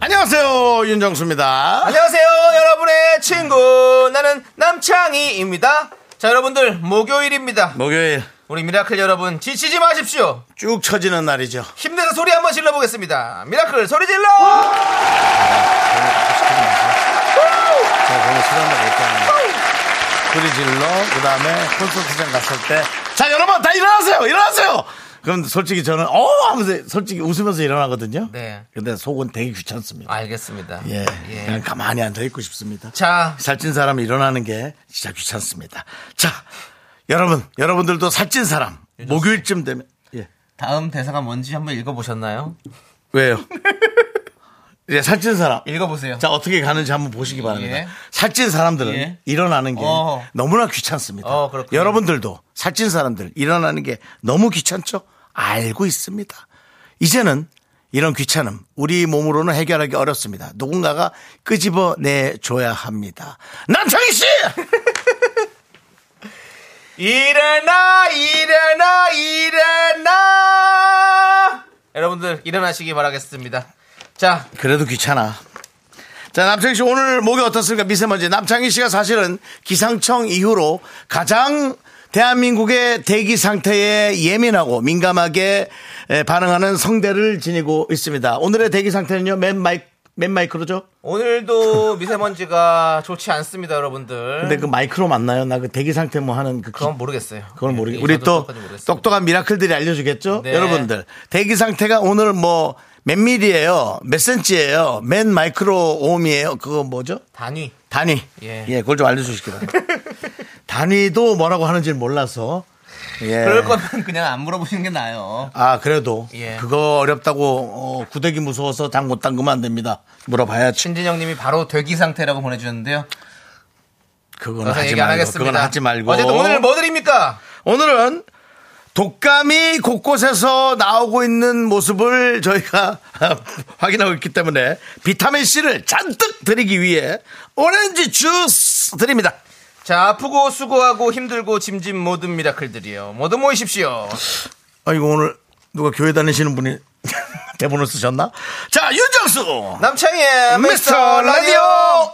안녕하세요 윤정수입니다. 안녕하세요, 여러분의 친구. 나는 남창희입니다. 자, 여러분들, 목요일입니다. 목요일 우리 미라클 여러분, 지치지 마십시오. 쭉 처지는 날이죠. 힘내서 소리 한번 질러보겠습니다. 미라클, 소리 질러! 제가 그런 시간을 못 소리 질러 그 다음에 콘서트장 갔을 때 자 여러분 다 일어나세요 일어나세요. 그럼 솔직히 저는 어 하면서 솔직히 웃으면서 일어나거든요. 네. 아, 근데 속은 되게 귀찮습니다. 알겠습니다. 예, 그냥 가만히 앉아 있고 싶습니다. 자, 살찐 사람이 일어나는 게 진짜 귀찮습니다. 자 여러분 여러분들도 살찐 사람 목요일쯤 되면 예. 다음 대사가 뭔지 한번 읽어보셨나요? 왜요? 이제 살찐 사람 읽어보세요. 자 어떻게 가는지 한번 보시기 바랍니다. 예. 살찐 사람들은 예. 일어나는 게 어. 너무나 귀찮습니다. 어, 그렇군요. 여러분들도 살찐 사람들 일어나는 게 너무 귀찮죠? 알고 있습니다. 이제는 이런 귀찮음 우리 몸으로는 해결하기 어렵습니다. 누군가가 끄집어 내줘야 합니다. 남창희 씨! 일어나, 일어나, 일어나! 여러분들, 일어나시기 바라겠습니다. 자, 그래도 귀찮아. 자, 남창희 씨 오늘 목이 어떻습니까? 미세먼지. 남창희 씨가 사실은 기상청 이후로 가장 대한민국의 대기 상태에 예민하고 민감하게 에, 반응하는 성대를 지니고 있습니다. 오늘의 대기 상태는요, 맨 마이, 맨 마이크로죠? 오늘도 미세먼지가 좋지 않습니다, 여러분들. 근데 그 마이크로 맞나요? 나 그 대기 상태 뭐 하는 그. 그건 모르겠어요. 그건 모르겠 예, 우리 저도 또 똑같이 모르겠습니다. 똑똑한 미라클들이 알려주겠죠? 네. 여러분들. 대기 상태가 오늘 뭐, 몇 밀이에요? 몇 센치예요? 맨 마이크로 옴이에요? 그거 뭐죠? 단위. 단위. 예. 예. 그걸 좀 알려주시기 바랍니다. 단위도 뭐라고 하는지 몰라서. 예. 그럴 거면 그냥 안 물어보시는 게 나아요. 아, 그래도. 예. 그거 어렵다고, 어, 구데기 무서워서 장 못 담그면 안 됩니다. 물어봐야지. 신진영 님이 바로 되기 상태라고 보내주셨는데요. 그건 그래서 하지 얘기 안 말고. 하겠습니다. 그건 하지 말고. 어쨌든 오늘 뭐 드립니까? 오늘은 독감이 곳곳에서 나오고 있는 모습을 저희가 확인하고 있기 때문에 비타민C를 잔뜩 드리기 위해 오렌지 주스 드립니다. 자, 아프고 수고하고 힘들고 짐진 모든 미라클들이요. 모두 모이십시오. 아, 이거 오늘 누가 교회 다니시는 분이 대본을 쓰셨나? 자, 윤정수! 남창희의 미스터 라디오!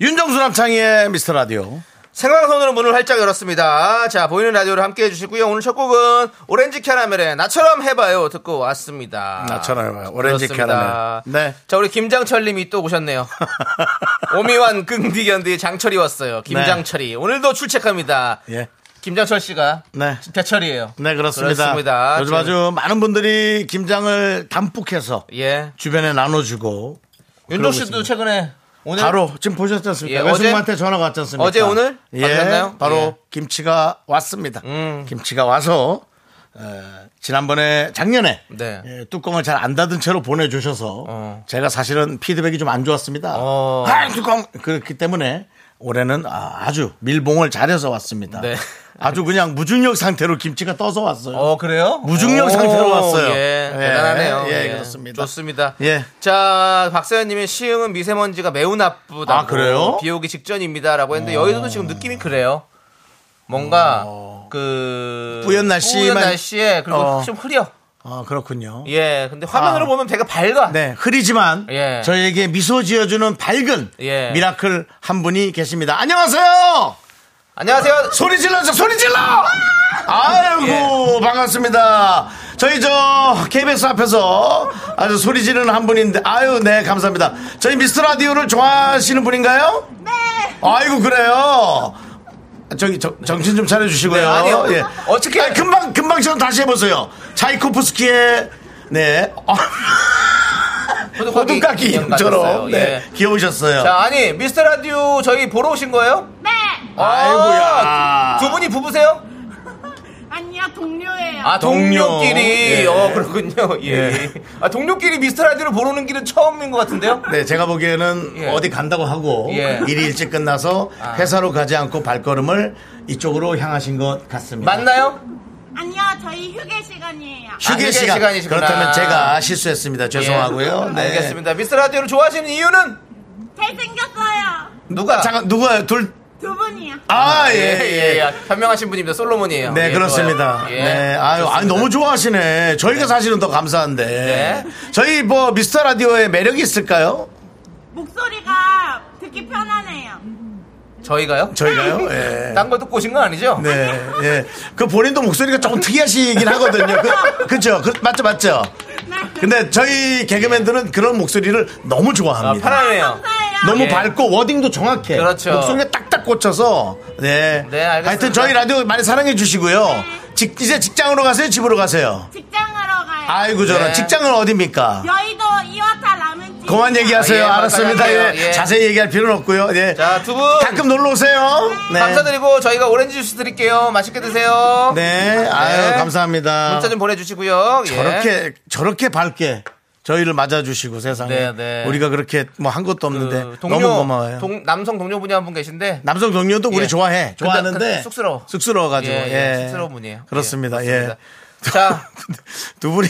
윤정수 남창희의 미스터 라디오. 생방송으로 문을 활짝 열었습니다. 자, 보이는 라디오를 함께 해주시고요. 오늘 첫 곡은 오렌지 캐러멜의 나처럼 해봐요. 듣고 왔습니다. 나처럼 해봐요. 오렌지 캐러멜. 그렇습니다. 네. 자, 우리 김장철 님이 또 오셨네요. 오미완 긍디견디 장철이 왔어요. 김장철이. 오늘도 출첵합니다. 네. 예. 김장철 씨가 네. 대철이에요. 네, 그렇습니다. 네. 그렇습니다. 요즘 아주 많은 분들이 김장을 담뿍해서 예. 주변에 나눠주고. 윤종 그러고 씨도 있습니다. 최근에 오늘 바로 지금 보셨지 않습니까? 예, 어제- 외숙모한테 전화가 왔지 않습니까? 어제, 오늘? 예, 받으셨나요? 바로 예. 음. 김치가 왔습니다. 김치가 와서 어, 지난번에 작년에 네. 예, 뚜껑을 잘 안 닫은 채로 보내주셔서 어. 제가 사실은 피드백이 좀 안 좋았습니다. 어. 아, 뚜껑 그렇기 때문에 올해는 아, 주 밀봉을 잘해서 왔습니다. 네. 아주 그냥 무중력 상태로 김치가 떠서 왔어요. 어 그래요? 무중력 오, 상태로 왔어요. 예, 예, 대단하네요. 예, 그렇습니다. 좋습니다. 예. 자, 박사연님의 시흥은 미세먼지가 매우 나쁘다. 아, 그래요? 비 오기 직전입니다라고 했는데 여의도도 지금 느낌이 그래요. 뭔가 그 어. 뿌연 날씨만- 에 그리고 어. 좀 흐려. 아, 그렇군요. 예, 근데 화면으로 아. 보면 되게 밝아. 네, 흐리지만 예. 저희에게 미소 지어주는 밝은 예. 미라클 한 분이 계십니다. 안녕하세요. 안녕하세요. 소리 질러서 소리 질러. 아이고 예. 반갑습니다. 저희 저 KBS 앞에서 아주 소리 지르는 한 분인데 아유 네 감사합니다. 저희 미스 라디오를 좋아하시는 분인가요? 네. 아이고 그래요. 저기 저- 정신 좀 차려 주시고요. 예. 네, 아니요. 어떻게- 아니, 금방 금방 전 다시 해보세요. 차이코프스키의 네 저도 거기 호두까기 인연 이름처럼 가졌어요. 네, 예. 귀여우셨어요. 자, 아니 미스터 라디오 저희 보러 오신 거예요? 네. 아, 아이고야. 두 분이 부부세요? 아니요, 동료예요. 아 동료. 동료끼리 예. 어 그렇군요 예. 예. 아 동료끼리 미스터 라디오를 보는 길은 처음인 것 같은데요? 네, 제가 보기에는 예. 어디 간다고 하고 예. 일이 일찍 끝나서 아. 회사로 가지 않고 발걸음을 이쪽으로 향하신 것 같습니다. 맞나요? 아니요, 저희 휴게 시간이에요. 휴게 휴게 시간. 시간이시구나. 그렇다면 제가 실수했습니다. 죄송하고요. 예. 네. 알겠습니다. 미스터 라디오를 좋아하시는 이유는 잘생겼어요. 누가? 잠깐 누가 둘? 두 분이요. 아 예 예. 현명하신 분입니다. 솔로몬이에요. 네 예, 그렇습니다. 좋아요. 예. 네, 아유, 좋습니다. 아니, 너무 좋아하시네. 저희가 사실은 더 감사한데 네. 저희 뭐 미스터 라디오에 매력이 있을까요? 목소리가 듣기 편하네요. 저희가요? 저희가요? 예. 딴 거 듣고 오신 건 아니죠? 네, 예. 그 본인도 목소리가 조금 특이하시긴 하거든요. 그, 그죠? 그, 맞죠, 맞죠? 근데 저희 개그맨들은 그런 목소리를 너무 아, 좋아합니다. 편안해요. 감사해요. 너무 예. 밝고 워딩도 정확해. 그렇죠. 목소리가 딱딱 꽂혀서. 네. 네, 알겠습니다. 하여튼 저희 라디오 많이 사랑해 주시고요. 직, 이제 직장으로 가세요, 집으로 가세요. 직장하러 가요. 아이고 저런 네. 직장은 어딥니까? 여의도 이화타 라면집. 그만 얘기하세요. 아, 예, 알았습니다. 맞아요. 예. 예. 자세히 얘기할 필요는 없고요. 예. 자, 두 분. 가끔 놀러 오세요. 네. 감사드리고 저희가 오렌지 주스 드릴게요. 맛있게 드세요. 네. 아유, 네. 감사합니다. 문자 좀 보내주시고요. 예. 저렇게 저렇게 밝게 저희를 맞아주시고 세상에 네, 네. 우리가 그렇게 뭐 한 것도 없는데 그 너무 고마워요. 동- 남성 동료분이 한 분 계신데 남성 동료도 우리 예. 좋아해 좋아하는데 근데- 근데 쑥스러워. 쑥스러워가지고 예, 예. 예, 쑥스러운 분이에요. 그렇습니다. 예, 예. 자, 두 분이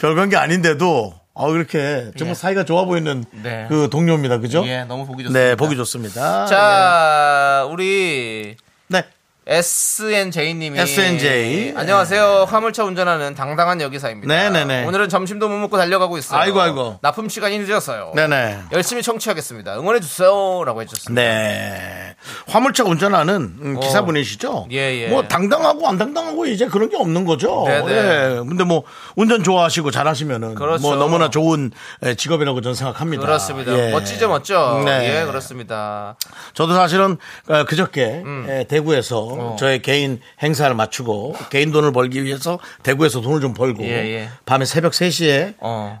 별건 게 아닌데도 아 이렇게 정말 예. 사이가 좋아 보이는 네. 그 동료입니다. 그죠? 예, 너무 보기 좋습니다. 네, 보기 좋습니다. 예. 아, 자, 우리 네. 네. SNJ님이 SNJ. 안녕하세요. 화물차 운전하는 당당한 여기사입니다. 네. 네네네. 오늘은 점심도 못 먹고 달려가고 있어요. 아이고, 아이고. 납품 시간이 늦었어요. 네네. 열심히 청취하겠습니다. 응원해 주세요라고 해주셨습니다. 네. 화물차 운전하는 음, 기사분이시죠? 어. 예, 예. 뭐 당당하고 안 당당하고 이제 그런 게 없는 거죠. 네, 네. 예. 근데 뭐 운전 좋아하시고 잘하시면은 그렇죠. 뭐 너무나 좋은 예, 직업이라고 저는 생각합니다. 그렇습니다. 예. 멋지죠, 멋져. 네. 예, 그렇습니다. 저도 사실은 어, 그저께 예, 대구에서 음. 어. 저의 개인 행사를 맞추고 개인 돈을 벌기 위해서 대구에서 돈을 좀 벌고 예, 예. 밤에 새벽 3시에 예, 어.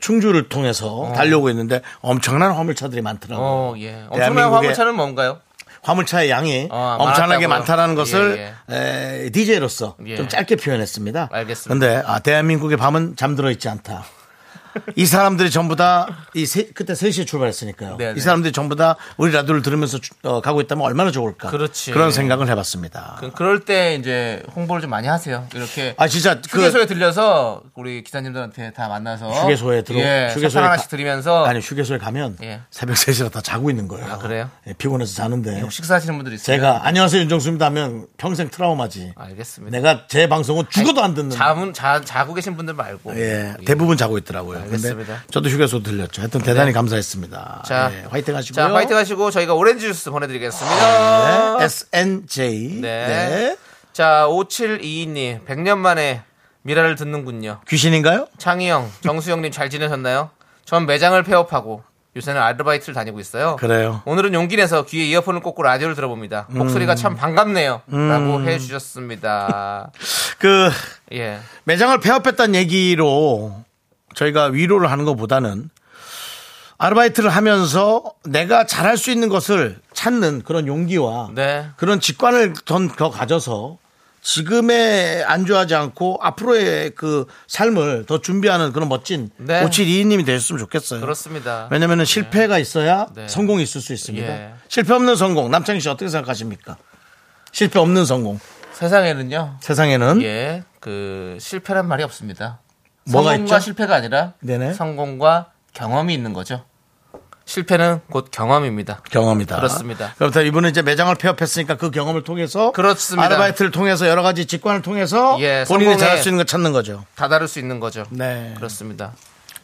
충주를 통해서 달려오고 있는데 엄청난 화물차들이 많더라고요. 어, 예. 엄청난 대한민국의- 화물차는 뭔가요? 화물차의 양이 어, 엄청나게 많았다고요? 많다라는 것을 예, DJ로서 예. 좀 짧게 표현했습니다. 알겠습니다. 근데 아, 대한민국의 밤은 잠들어 있지 않다. 이 사람들이 전부 다이 그때 3시에 출발했으니까요. 네네. 이 사람들이 전부 다 우리 라디오를 들으면서 주- 어, 가고 있다면 얼마나 좋을까. 그렇지. 런 생각을 해봤습니다. 그, 그럴 때 이제 홍보를 좀 많이 하세요. 이렇게 아 진짜 그 휴게소에 들려서 우리 기사님들한테 다 만나서 휴게소에 들어 예, 사탕 하나씩 드리면서 아니 휴게소에 가면 예. 새벽 3시라 다 자고 있는 거예요. 아, 그래요? 예, 피곤해서 자는데 식사하시는 분들 있어요. 제가 안녕하세요 윤정수입니다 하면 평생 트라우마지. 알겠습니다. 내가 제 방송은 죽어도 안 듣는 잠은 자, 자고 계신 분들 말고 네. 예, 대부분 자고 있더라고요. 근데 알겠습니다. 네. 저도 휴게소 들렸죠. 하여튼 대단히 감사했습니다. 자. 예, 화이팅 하시고요. 자, 화이팅 하시고 저희가 오렌지 주스 보내드리겠습니다. 네, SNJ. 네. 네. 자, 5722님, 100년 만에 미라를 듣는군요. 귀신인가요? 창희 형, 정수영님 잘 지내셨나요? 전 매장을 폐업하고 요새는 아르바이트를 다니고 있어요. 그래요. 음. 오늘은 용기 내서 귀에 이어폰을 꽂고 라디오를 들어봅니다. 목소리가 참 반갑네요. 라고 해주셨습니다. 그 예. 매장을 폐업했다는 얘기로 저희가 위로를 하는 것보다는 아르바이트를 하면서 내가 잘할 수 있는 것을 찾는 그런 용기와 네. 그런 직관을 더 가져서 지금의 안주하지 않고 앞으로의 그 삶을 더 준비하는 그런 멋진 네. 5722님이 되셨으면 좋겠어요. 그렇습니다. 왜냐면은 실패가 있어야 네. 성공이 있을 수 있습니다. 예. 실패 없는 성공. 남창희 씨 어떻게 생각하십니까? 실패 없는 성공. 세상에는요. 세상에는 예. 그, 실패란 말이 없습니다. 뭐가 성공과 있죠? 실패가 아니라 네네. 성공과 경험이 있는 거죠. 실패는 곧 경험입니다. 경험이다. 그렇습니다. 그렇다 이분은 이제 매장을 폐업했으니까 그 경험을 통해서 그렇습니다. 아르바이트를 통해서 여러 가지 직관을 통해서 예, 본인이 성공의- 잘할 수 있는 걸 찾는 거죠. 다다를 수 있는 거죠. 네. 그렇습니다.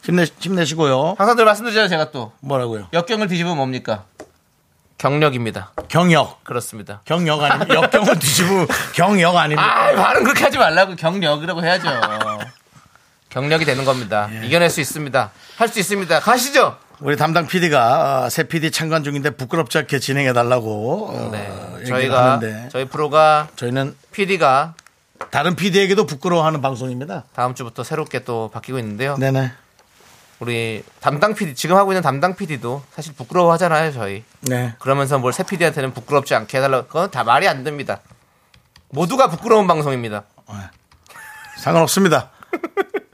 힘내 힘내시고요. 항상 늘 말씀드리잖아요, 제가 또. 뭐라고요? 역경을 뒤집으면 뭡니까? 경력입니다. 경력. 그렇습니다. 경력 아니면 역경을 뒤집어 경력 아닙니까? 아, 말은 그렇게 하지 말라고 경력이라고 해야죠. 경력이 되는 겁니다. 예. 이겨낼 수 있습니다. 할 수 있습니다. 가시죠. 우리 담당 PD가 어, 새 PD 참관 중인데 부끄럽지 않게 진행해 달라고 네. 저희가 저희가 하는데 저희 프로가 저희는 PD가 다른 PD에게도 부끄러워하는 방송입니다. 다음 주부터 새롭게 또 바뀌고 있는데요. 네네. 우리 담당 PD 지금 하고 있는 담당 PD도 사실 부끄러워하잖아요, 저희. 네. 그러면서 뭘 새 PD한테는 부끄럽지 않게 해달라고 그건 다 말이 안 됩니다. 모두가 부끄러운 방송입니다. 상관없습니다.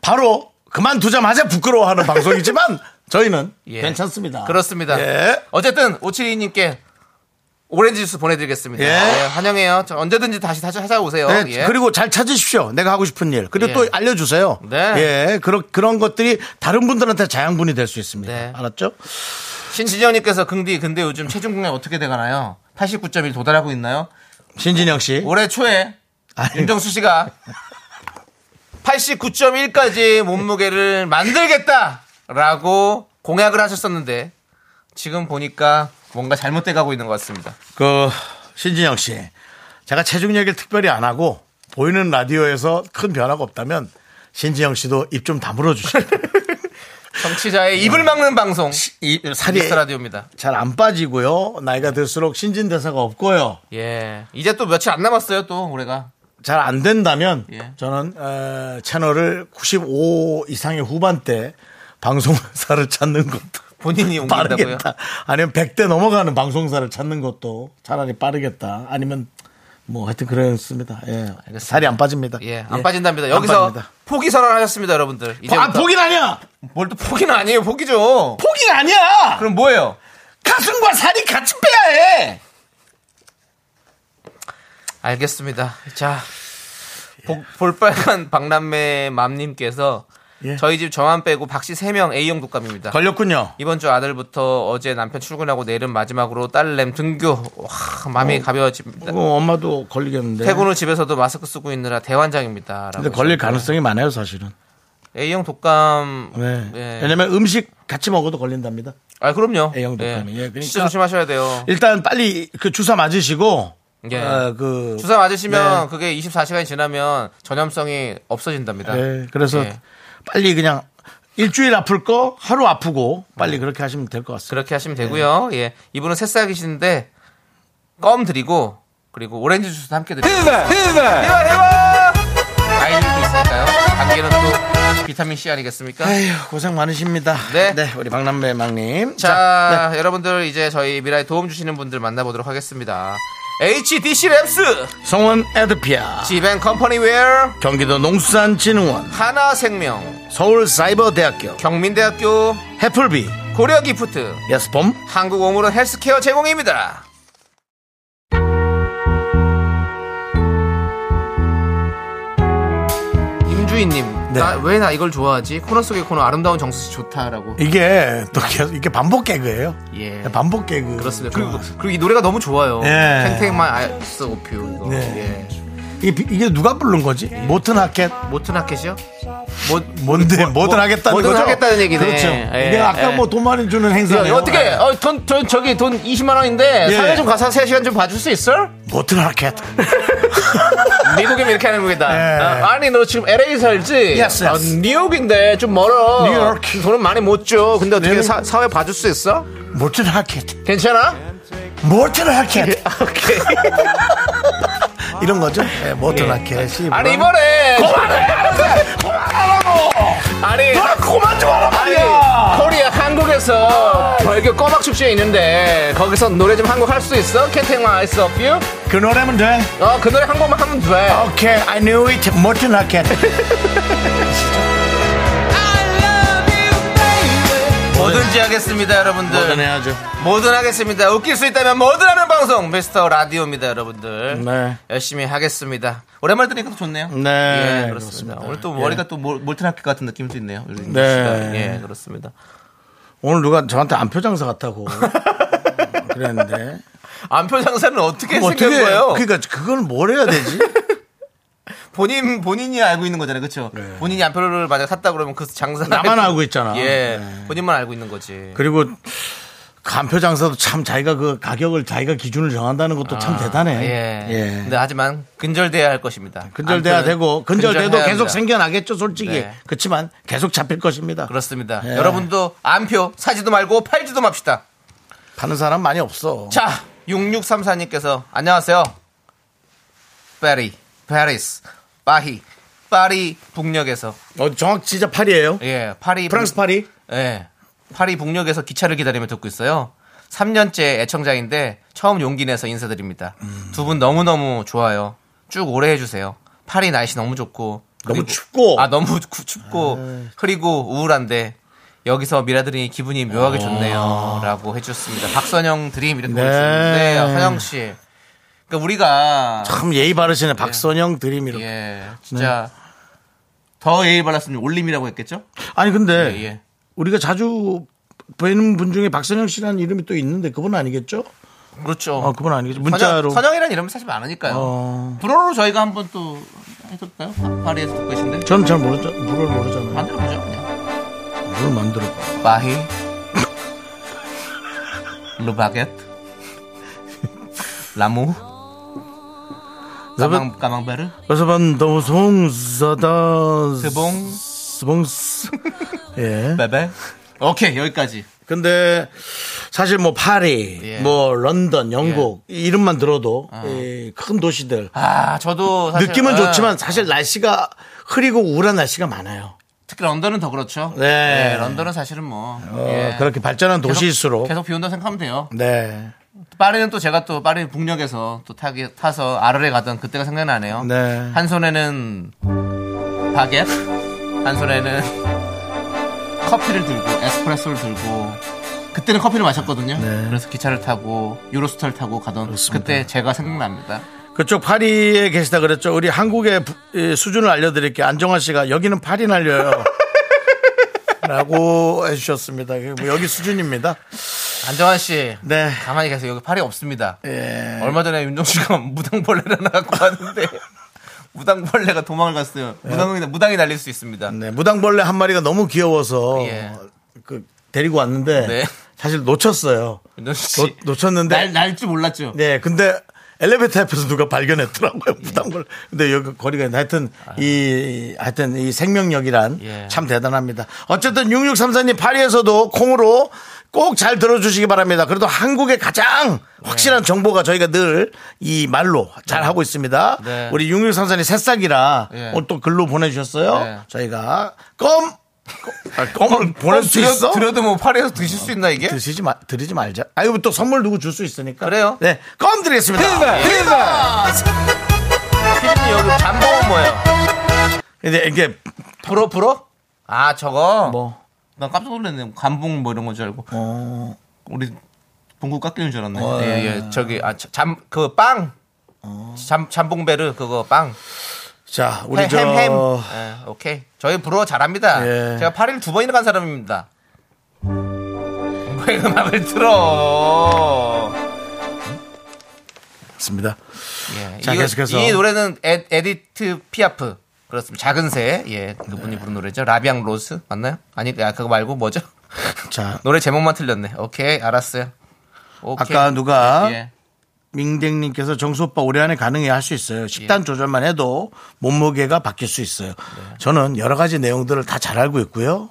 바로 그만두자마자 부끄러워하는 방송이지만 저희는 예. 괜찮습니다. 그렇습니다. 예. 어쨌든 오칠이님께 오렌지 주스 보내드리겠습니다. 예. 예, 환영해요. 저 언제든지 다시 다시 찾아오세요. 네, 예. 그리고 잘 찾으십시오. 내가 하고 싶은 일. 그리고 예. 또 알려주세요. 네. 예, 그런 그런 것들이 다른 분들한테 자양분이 될 수 있습니다. 네. 알았죠? 신지현님께서 긍디 근데 요즘 체중 공략 어떻게 되가나요? 89.1 도달하고 있나요? 신진영 씨. 올해 초에 아니, 윤정수 씨가 89.1까지 몸무게를 만들겠다라고 공약을 하셨었는데 지금 보니까 뭔가 잘못돼 가고 있는 것 같습니다. 그 신진영 씨. 제가 체중 얘기를 특별히 안 하고 보이는 라디오에서 큰 변화가 없다면 신진영 씨도 입 좀 다물어 주시고 정치자의 입을 막는 방송 네. 살이 미스 라디오입니다. 잘 안 빠지고요. 나이가 들수록 신진 대사가 없고요. 예, 이제 또 며칠 안 남았어요. 또 올해가 잘 안 된다면 예. 저는 어, 채널을 95 이상의 후반대 방송사를 찾는 것도 본인이 옮긴다고요. 빠르겠다. 아니면 100대 넘어가는 방송사를 찾는 것도 차라리 빠르겠다. 아니면 뭐 하여튼 그랬습니다. 예. 살이 안 빠집니다. 예, 예. 안 빠진답니다. 안 여기서 빠집니다. 포기 선언하셨습니다, 여러분들. 이제 아, 포기라냐? 뭘또 포기는 아니에요, 포기죠. 포기 아니야. 그럼 뭐예요? 가슴과 살이 같이 빼야 해. 알겠습니다. 자, 복- 볼빨간 박남매 맘님께서 예. 저희 집 저만 빼고 박씨 3명 A형 독감입니다. 걸렸군요. 이번 주 아들부터 어제 남편 출근하고 내일은 마지막으로 딸램 등교. 와, 마음이 가벼워집니다. 어, 엄마도 걸리겠는데. 퇴근 후 집에서도 마스크 쓰고 있느라 대환장입니다. 근데 걸릴 가능성이 많아요, 사실은. A형 독감. 네. 예. 왜냐면 음식 같이 먹어도 걸린답니다. 아, 그럼요. A형 독감이. 예, 그러니까- 진짜 조심하셔야 돼요. 일단 빨리 그 주사 맞으시고 예. 어, 그 주사 맞으시면 네. 그게 24시간이 지나면 전염성이 없어진답니다. 네, 그래서 예. 빨리 그냥 일주일 아플 거 하루 아프고 빨리 그렇게 하시면 될 것 같습니다. 그렇게 하시면 되고요. 예. 이분은 새싹이신데 껌 드리고 그리고 오렌지 주스도 함께 드립니다. 해봐 해봐. 과일도 있으니까요. 단계는 또 비타민 C 아니겠습니까? 에휴, 고생 많으십니다. 네. 우리 박남배 망님. 자, 네. 여러분들 이제 저희 미라에 도움 주시는 분들 만나보도록 하겠습니다. HDC 랩스, 성원 에드피아, 지벤 컴퍼니 웨어, 경기도 농수산진흥원, 하나생명, 서울사이버대학교, 경민대학교, 해플비, 고려기프트, 예스폼, 한국 오물은 헬스케어 제공입니다. 임주희님, 네. 나 왜 나 이걸 좋아하지? 코너 속의 코너 아름다운 정수 씨 좋다라고. 이게 또 계속 이게 반복 개그예요. 네, 예. 반복 개그. 그렇습니다. 그리고, 그리고 이 노래가 너무 좋아요. 예. 탱탱만 아이스 오피오 이거. 네. 예. 이게, 비- 이게 누가 부른 거지? 모튼 하켓. 모튼 하켓이요? 모, 뭔데? 뭐든 하겠다는 뭐든 거죠? 하겠다는 얘기네. 그렇죠. 예, 이게 아까 예. 뭐 돈 많이 주는 행사. 야, 어떻게? 어, 돈, 돈, 저기 돈 20만 원인데 예. 사회 좀 가서 3시간 좀 봐줄 수 있어? 모튼 하켓. 미국이면 이렇게 하는 겁니다. 예. 아, 아니 너 지금 LA 살지? Yes, yes. 아, 뉴욕인데 좀 멀어. 뉴욕. 돈은 많이 못 줘. 근데 어떻게 뉴욕. 사, 사회 봐줄 수 있어? 모튼 하켓. 괜찮아? 모튼 하켓. 예, 아, 오케이. 이런 거죠? 네, 모튼 하켓이. 예. 아니 뭐라- 이번에 그만해. 아니 그만 좀 하라 아니 말이야. 코리아 한국에서 벌교 꼬막 축제 있는데 거기서 노래 좀 한 곡 할 수 있어? Can't take my eyes off you? 그 노래면 돼. 어 그 노래 한 곡만 하면 돼. 네. 오케이, I knew it. 모튼 하켓. 뭐든지 하겠습니다 여러분들. 뭐든 해야죠. 뭐든 하겠습니다. 웃길 수 있다면 뭐든 하는 방송 미스터 라디오입니다, 여러분들. 네. 열심히 하겠습니다. 오랜만에 들으니까 또 좋네요. 네, 예, 그렇습니다. 그렇습니다. 오늘 또 예. 머리가 또 몰- 몰트나켓 같은 느낌도 있네요. 요즘 네. 시간에. 예, 그렇습니다. 오늘 누가 저한테 안표 장사 같다고. 음, 그랬는데. 안표 장사는 어떻게 그럼 생긴 거예요? 그러니까 그걸 뭘 해야 되지? 본인 본인이 알고 있는 거잖아요, 그렇죠? 네. 본인이 안표를 만약 샀다 그러면 그 장사 나만 알고 있잖아. 예, 네. 본인만 알고 있는 거지. 그리고 간표 장사도 참 자기가 그 가격을 자기가 기준을 정한다는 것도 참 대단해. 예. 예. 근데 하지만 근절돼야 할 것입니다. 근절돼야 안표는 되고 근절돼도 근절해야 계속 합니다. 생겨나겠죠, 솔직히. 네. 그렇지만 계속 잡힐 것입니다. 그렇습니다. 예. 여러분도 안표 사지도 말고 팔지도 맙시다. 파는 사람 많이 없어. 자, 6634님께서 안녕하세요. 파리, 파리스, 파히, 파리 북녘에서 어, 정확 진짜 파리예요. 예, 파리 프랑스 북- 파리. 예, 파리 북녘에서 기차를 기다리며 듣고 있어요. 3년째 애청자인데 처음 용기 내서 인사드립니다. 두 분 너무 너무 좋아요. 쭉 오래 해주세요. 파리 날씨 너무 좋고 너무 그리고- 춥고. 아 너무 구- 춥고 흐리고 우울한데 여기서 미라드림이 기분이 묘하게 좋네요라고 해주셨습니다. 박선영 드림 이렇게 아. 네. 보내주셨는데 아, 선영 씨, 그러니까 우리가 참 예의 바르시네. 박선영 드림 이름. 예 진짜 네. 더 예의 발랐으면 올림이라고 했겠죠? 아니 근데 예, 예. 우리가 자주 뵈는 분 중에 박선영 씨라는 이름이 또 있는데 그분 아니겠죠? 그렇죠. 어, 그분 아니겠죠. 문자로. 선영, 선영이라는 이름은 사실 많으니까요. 어. 불어로 저희가 한번 또 해볼까요? 파- 파리에서 듣고 계신데 저는 잘 모르죠. 물을 모르잖아요. 만들어 보죠 그냥. 아. 물 만들어. 파리 르바게트 라무 까망 까망베르 그래서 반 너무 송사다. 드봉 네. 스봉스. 예. 베베 오케이 여기까지 근데 사실 뭐 파리, 예. 뭐 런던, 영국 이 이름만 들어도 이큰 도시들 아 저도 사실, 느낌은 어, 좋지만 사실 날씨가 흐리고 우울한 날씨가 많아요. 특히 런던은 더 그렇죠 네. 예, 런던은 사실은 뭐 어, 예. 그렇게 발전한 도시일수록 계속, 계속 비 온다 생각하면 돼요 네. 파리는 또 제가 또 파리 북녘에서 또 타기, 타서 아르레 가던 그때가 생각나네요. 네. 한 손에는 바겟, 한 손에는 커피를 들고 에스프레소를 들고 그때는 커피를 마셨거든요. 그래서 기차를 타고 유로스터를 타고 가던 그때 제가 생각납니다. 그쪽 파리에 계시다 그랬죠. 우리 한국의 부- 이 수준을 알려드릴게요. 안정환 씨가 여기는 파리 날려요. 라고 해주셨습니다. 그게 뭐 여기 수준입니다. 안정환 씨, 네. 예. 가만히 계세요. 여기 파리 없습니다. 얼마 전에 윤종씨가 무당벌레를 하나 갖고 왔는데 무당벌레가 도망을 갔어요. 무당이, 무당이 날릴 수 있습니다. 네, 무당벌레 한 마리가 너무 귀여워서 예. 그 데리고 왔는데 네. 사실 놓쳤어요. 윤종신 씨. 놓, 놓쳤는데 날, 날줄 몰랐죠. 네, 근데 엘리베이터 앞에서 누가 예. 발견했더라고요. 무당벌레. 근데 여기 거리가 있는데 하여튼 이 하여튼 이 생명력이란 아. 예. 참 대단합니다. 어쨌든 6634님 파리에서도 콩으로 꼭 잘 들어주시기 바랍니다. 그래도 한국의 가장 예. 확실한 정보가 저희가 늘 이 말로 잘 하고 있습니다. 네. 우리 6634님 새싹이라 예. 오늘 또 글로 보내주셨어요. 네. 저희가 껌 아, 어, 껌을 보낼 수 드려- 있어? 드려도 뭐 파리에서 드실 수 있나 이게? 드시지 마, 드리지 말자. 아이고 또 선물 누구 줄 수 있으니까. 그래요. 네, 껌 드리겠습니다. 네, 피디님 여기 잠봉은 뭐예요? 근데 네. 이게 불어 불어? 아 저거. 뭐 난 깜짝 놀랐네. 감봉 뭐 이런 건 줄 알고. 우리 봉구 깎이는 줄 알았네. 어, 예, 예. 저기 아 잠 그 빵. 잠 잠봉베르 그거 빵. 자, 어. 우리 햄, 저 햄, 햄. 예, 오케이. 저희 불어 잘합니다. 예. 제가 파리를 두 번이나 간 사람입니다. 왜그 음악을 틀어? 맞습니다. 예, 자, 이거- 계속해서. 이 노래는 에, 에디트 피아프 그렇습니다. 작은 새, 예, 그분이 부른 노래죠. 라비앙 로즈 맞나요? 아니, 아, 그거 말고 뭐죠? 자, 노래 제목만 틀렸네. 오케이, 알았어요. 오케이. 아까 누가 예. 밍댕님께서 정수 오빠 올해 안에 가능해 할 수 있어요. 식단 예. 조절만 해도 몸무게가 바뀔 수 있어요. 네. 저는 여러 가지 내용들을 다 잘 알고 있고요.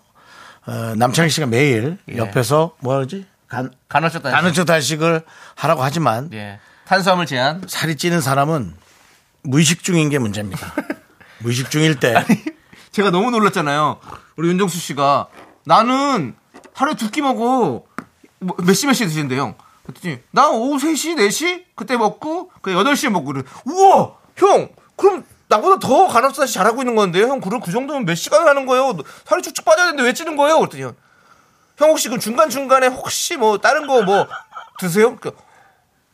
어, 남창희 씨가 매일 예. 옆에서 뭐라지 간 간헐적 단식. 간헐적 단식을 하라고 하지만 예. 탄수화물 제한. 살이 찌는 사람은 무의식 중인 게 문제입니다. 무의식 중일 때 제가 너무 놀랐잖아요. 우리 윤정수 씨가 나는 하루에 두 끼 먹고 뭐- 몇 시 몇 시 드시는데 형. 그랬더니 나 오후 3시, 4시 그때 먹고 그 8시에 먹고 그래. 우와! 형! 그럼 나보다 더 간헐적 시 잘하고 있는 건데요. 형 그럼 그 정도면 몇 시간을 하는 거예요? 살이 쭉쭉 빠져야 되는데 왜 찌는 거예요? 그랬더니 형, 형 혹시 그 중간중간에 혹시 뭐 다른 거 뭐 드세요? 그러니까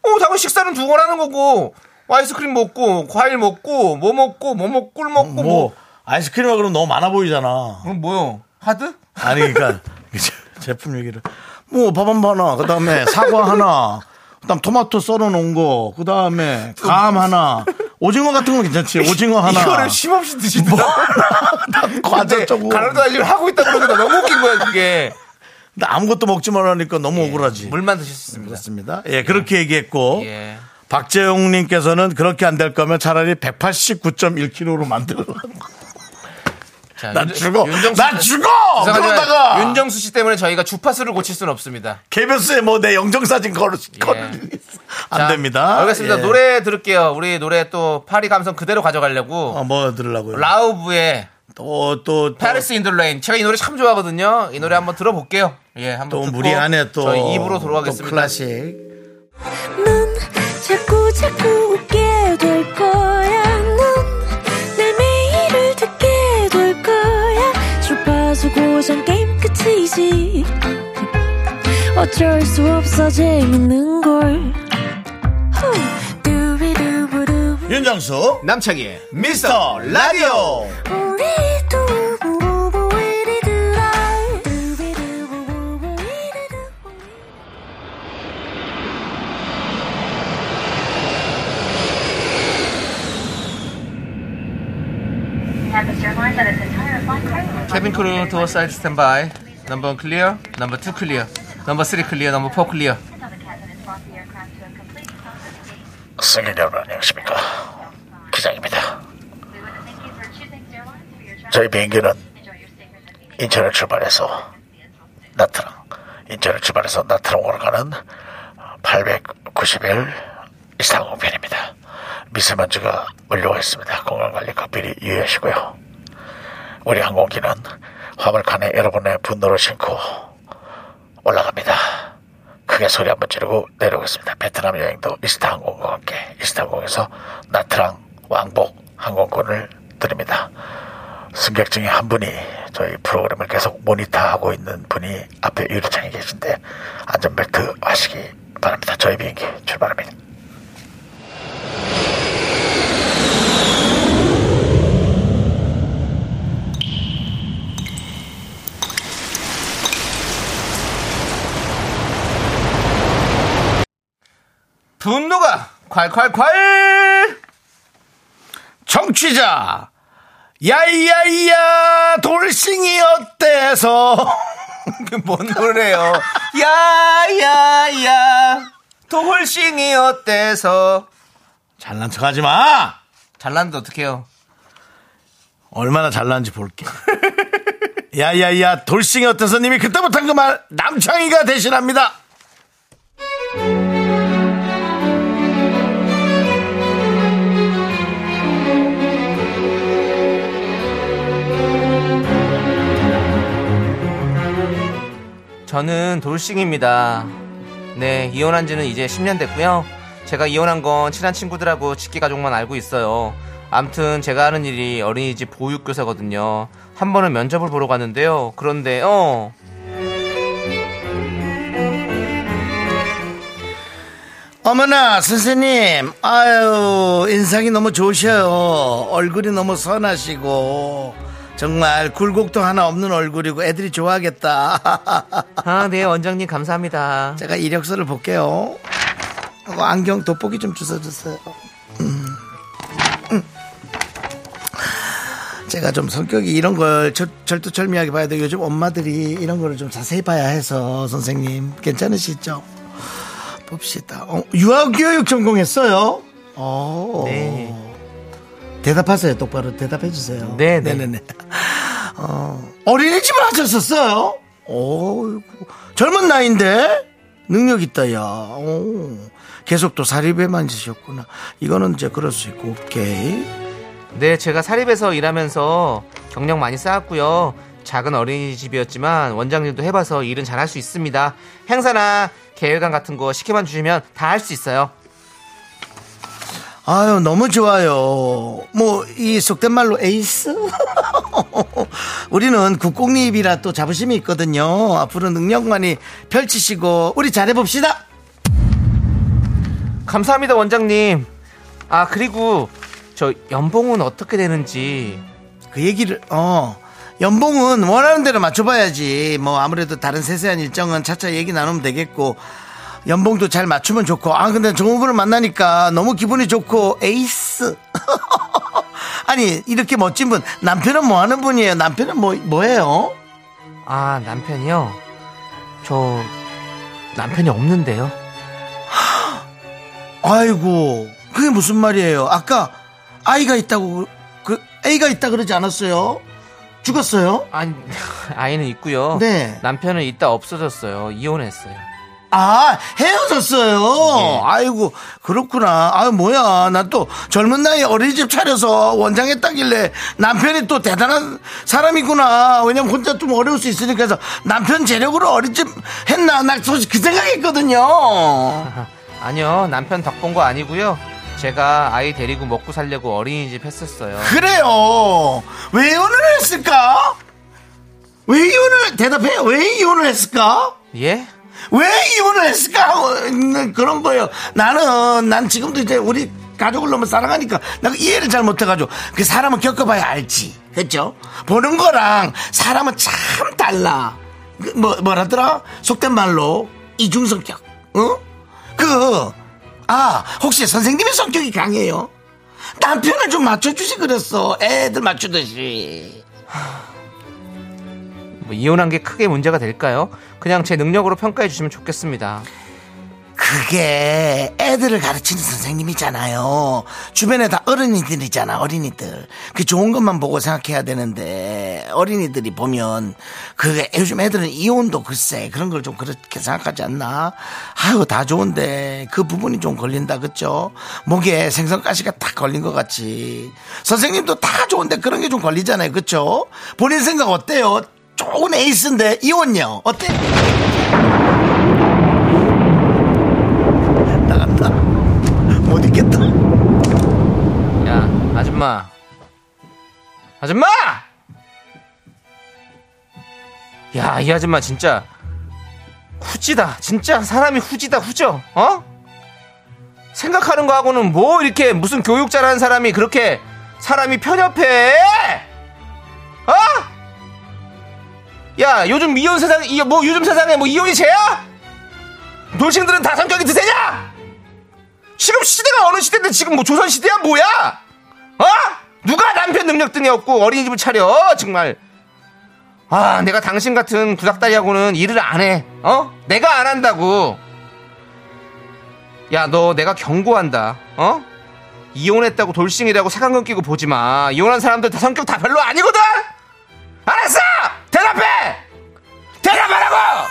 어, 당연히 식사는 두 번 하는 거고 아이스크림 먹고 과일 먹고 뭐 먹고 뭐 먹고 꿀 먹고 뭐, 뭐 아이스크림 먹으면 너무 많아 보이잖아. 그럼 뭐요? 하드? 아니 그러니까 제- 제품 얘기를 뭐 밥 한 번 하나 그다음에 사과 하나 그다음 토마토 썰어 놓은 거 그다음에 감 하나 오징어 같은 건 괜찮지 오징어 하나 뭐? 이거를 쉼없이 드시더라. 그다음 과자 조금 가로도 아직 하고 있다 그러니까 너무 웃긴 거야 그게. 근데 아무것도 먹지 말라니까 너무 억울하지 예. 물만 드실 수 있습니다. 그렇습니다 예 그렇게 얘기했고 예. 박재용님께서는 그렇게 안 될 거면 차라리 189.1kg로 만들어 자, 난 아, 윤- 죽어 윤정수 난 씨- 죽어 죄송하지만 그러다가 윤정수 씨 때문에 저희가 주파수를 고칠 수는 없습니다. KBS에 뭐 내 영정사진 걸을 걸을 일 있어. 안 예. 자, 됩니다. 알겠습니다. 예. 노래 들을게요. 우리 노래 또 파리 감성 그대로 가져가려고 어, 뭐 들으려고요? 라우브의 또, 또, 또. 파리스 인들레인. 제가 이 노래 참 좋아하거든요. 이 노래 한번 들어볼게요. 예, 한번 또 듣고 무리하네 또. 저희 입으로 돌아가겠습니다. 또 클래식. 넌 자꾸 자꾸 웃게 될 거야. 넌내 매일을 듣게 될 거야. 주파수 고정 게임 끝이지. 어쩔 수 없어 재밌는 걸. 후. 두비두부두. 윤정수 남창희의 미스터 라디오 우리 두부부부 우리 두라. 두비두부부부 우리 두부부. 케빈 크루 도어 사이드 스탠바이 넘버 1 클리어 넘버 2 클리어 넘버 3 클리어 넘버 4 클리어 승인 여러분 안녕하십니까 그 기장입니다 저희 비행기는 인천을 출발해서 나트랑 인천을 출발해서 나트랑으로 가는 891 이상공편입니다 미세먼지가 물려왔습니다 건강관리 각별히 유의하시고요 우리 항공기는 화물칸에 여러분의 분노를 싣고 올라갑니다 크게 소리 한번 지르고 내려오겠습니다. 베트남 여행도 이스타 항공과 함께 이스타 항공에서 나트랑 왕복 항공권을 드립니다. 승객 중에 한 분이 저희 프로그램을 계속 모니터하고 있는 분이 앞에 유리창에 계신데 안전벨트 하시기 바랍니다. 저희 비행기 출발합니다. 분노가 콸콸콸 정취자 야이야이야 돌싱이 어때서 뭔 노래요 야야야 돌싱이 어때서 잘난 척하지 마 잘났는데 어떡해요 얼마나 잘난지 볼게 야야야 돌싱이 어때서 님이 그때부터 한 그 말 남창희가 대신합니다 저는 돌싱입니다. 네, 이혼한 지는 이제 10년 됐고요. 제가 이혼한 건 친한 친구들하고 직계 가족만 알고 있어요. 암튼 제가 하는 일이 어린이집 보육교사거든요. 한 번은 면접을 보러 갔는데요. 그런데 어, 어머나 선생님 아유 인상이 너무 좋으셔요 얼굴이 너무 선하시고 정말 굴곡도 하나 없는 얼굴이고 애들이 좋아하겠다 아, 네, 원장님 감사합니다. 제가 이력서를 볼게요 어, 안경 돋보기 좀 주워주세요 음. 음. 제가 좀 성격이 이런 걸 절, 절두절미하게 봐야 돼요 요즘 엄마들이 이런 거를 좀 자세히 봐야 해서 선생님 괜찮으시죠? 봅시다. 어, 유아교육 전공했어요. 어. 네. 대답하세요. 똑바로 대답해 주세요. 네, 네. 네네네. 어, 어린이집을 하셨었어요. 오, 젊은 나이인데 능력 있다, 야. 오, 계속 또 사립에만 지셨구나. 이거는 이제 그럴 수 있고, 오케이. 네, 제가 사립에서 일하면서 경력 많이 쌓았고요. 작은 어린이집이었지만 원장님도 해봐서 일은 잘할 수 있습니다. 행사나 계획안 같은 거 시켜만 주시면 다 할 수 있어요. 아유 너무 좋아요. 뭐 이 속된 말로 에이스. 우리는 국공립이라 또 자부심이 있거든요. 앞으로 능력만이 펼치시고 우리 잘해봅시다. 감사합니다 원장님. 아 그리고 저 연봉은 어떻게 되는지 그 얘기를 어 연봉은 원하는 대로 맞춰봐야지. 뭐 아무래도 다른 세세한 일정은 차차 얘기 나누면 되겠고 연봉도 잘 맞추면 좋고 아 근데 정우분을 만나니까 너무 기분이 좋고 에이스. 아니 이렇게 멋진 분 남편은 뭐 하는 분이에요? 남편은 뭐 뭐예요? 아 남편이요. 저 남편이 없는데요. 아이고, 그게 무슨 말이에요? 아까 아이가 있다고 그 A가 있다 그러지 않았어요? 죽었어요? 아니 아이는 있고요. 네. 남편은 있다 없어졌어요. 이혼했어요. 아, 헤어졌어요. 예. 아이고, 그렇구나. 아유, 뭐야. 나 또 젊은 나이에 어린이집 차려서 원장했다길래 남편이 또 대단한 사람이구나. 왜냐면 혼자 좀 어려울 수 있으니까 해서 남편 재력으로 어린이집 했나. 나 솔직히 그 생각했거든요. 아니요, 남편 덕 본 거 아니고요. 제가 아이 데리고 먹고 살려고 어린이집 했었어요. 그 그래요. 왜 이혼을 했을까? 왜 이혼을 대답해? 왜 이혼을 했을까? 예? 왜 이혼을 했을까? 하고 있는 그런 거예요. 나는 난 지금도 이제 우리 가족을 너무 사랑하니까 나 이해를 잘 못해가지고 그 사람은 겪어봐야 알지. 그죠? 보는 거랑 사람은 참 달라. 그 뭐 뭐라더라? 속된 말로 이중성격. 응? 그, 그아 혹시 선생님의 성격이 강해요? 남편을 좀 맞춰주시 그랬어. 애들 맞추듯이. 뭐 이혼한 게 크게 문제가 될까요? 그냥 제 능력으로 평가해 주시면 좋겠습니다. 그게 애들을 가르치는 선생님이잖아요. 주변에 다 어린이들이잖아, 어린이들. 그 좋은 것만 보고 생각해야 되는데, 어린이들이 보면, 그게 요즘 애들은 이혼도 글쎄, 그런 걸 좀 그렇게 생각하지 않나? 아유, 다 좋은데, 그 부분이 좀 걸린다, 그쵸? 목에 생선가시가 딱 걸린 것 같이. 선생님도 다 좋은데 그런 게 좀 걸리잖아요, 그쵸? 본인 생각 어때요? 좋은 에이스인데, 이혼요. 어때? 나간다. 못 있겠다. 야, 아줌마. 아줌마! 야, 이 아줌마 진짜 후지다. 진짜 사람이 후지다, 후져. 어? 생각하는 거하고는 뭐 이렇게 무슨 교육 잘하는 사람이 그렇게 사람이 편협해? 어? 야, 요즘 이혼 세상에, 이- 뭐 요즘 세상에 뭐 이혼이 죄야? 돌싱들은 다 성격이 드세냐? 지금 시대가 어느 시대인데 지금 뭐 조선 시대야 뭐야? 어? 누가 남편 능력 등이 없고 어린이집을 차려 정말. 아 내가 당신 같은 구닥다리하고는 일을 안 해. 어? 내가 안 한다고. 야 너 내가 경고한다. 어? 이혼했다고 돌싱이라고 색안경 끼고 보지 마. 이혼한 사람들 다 성격 다 별로 아니거든. 알았어. 대답해. 대답하라고.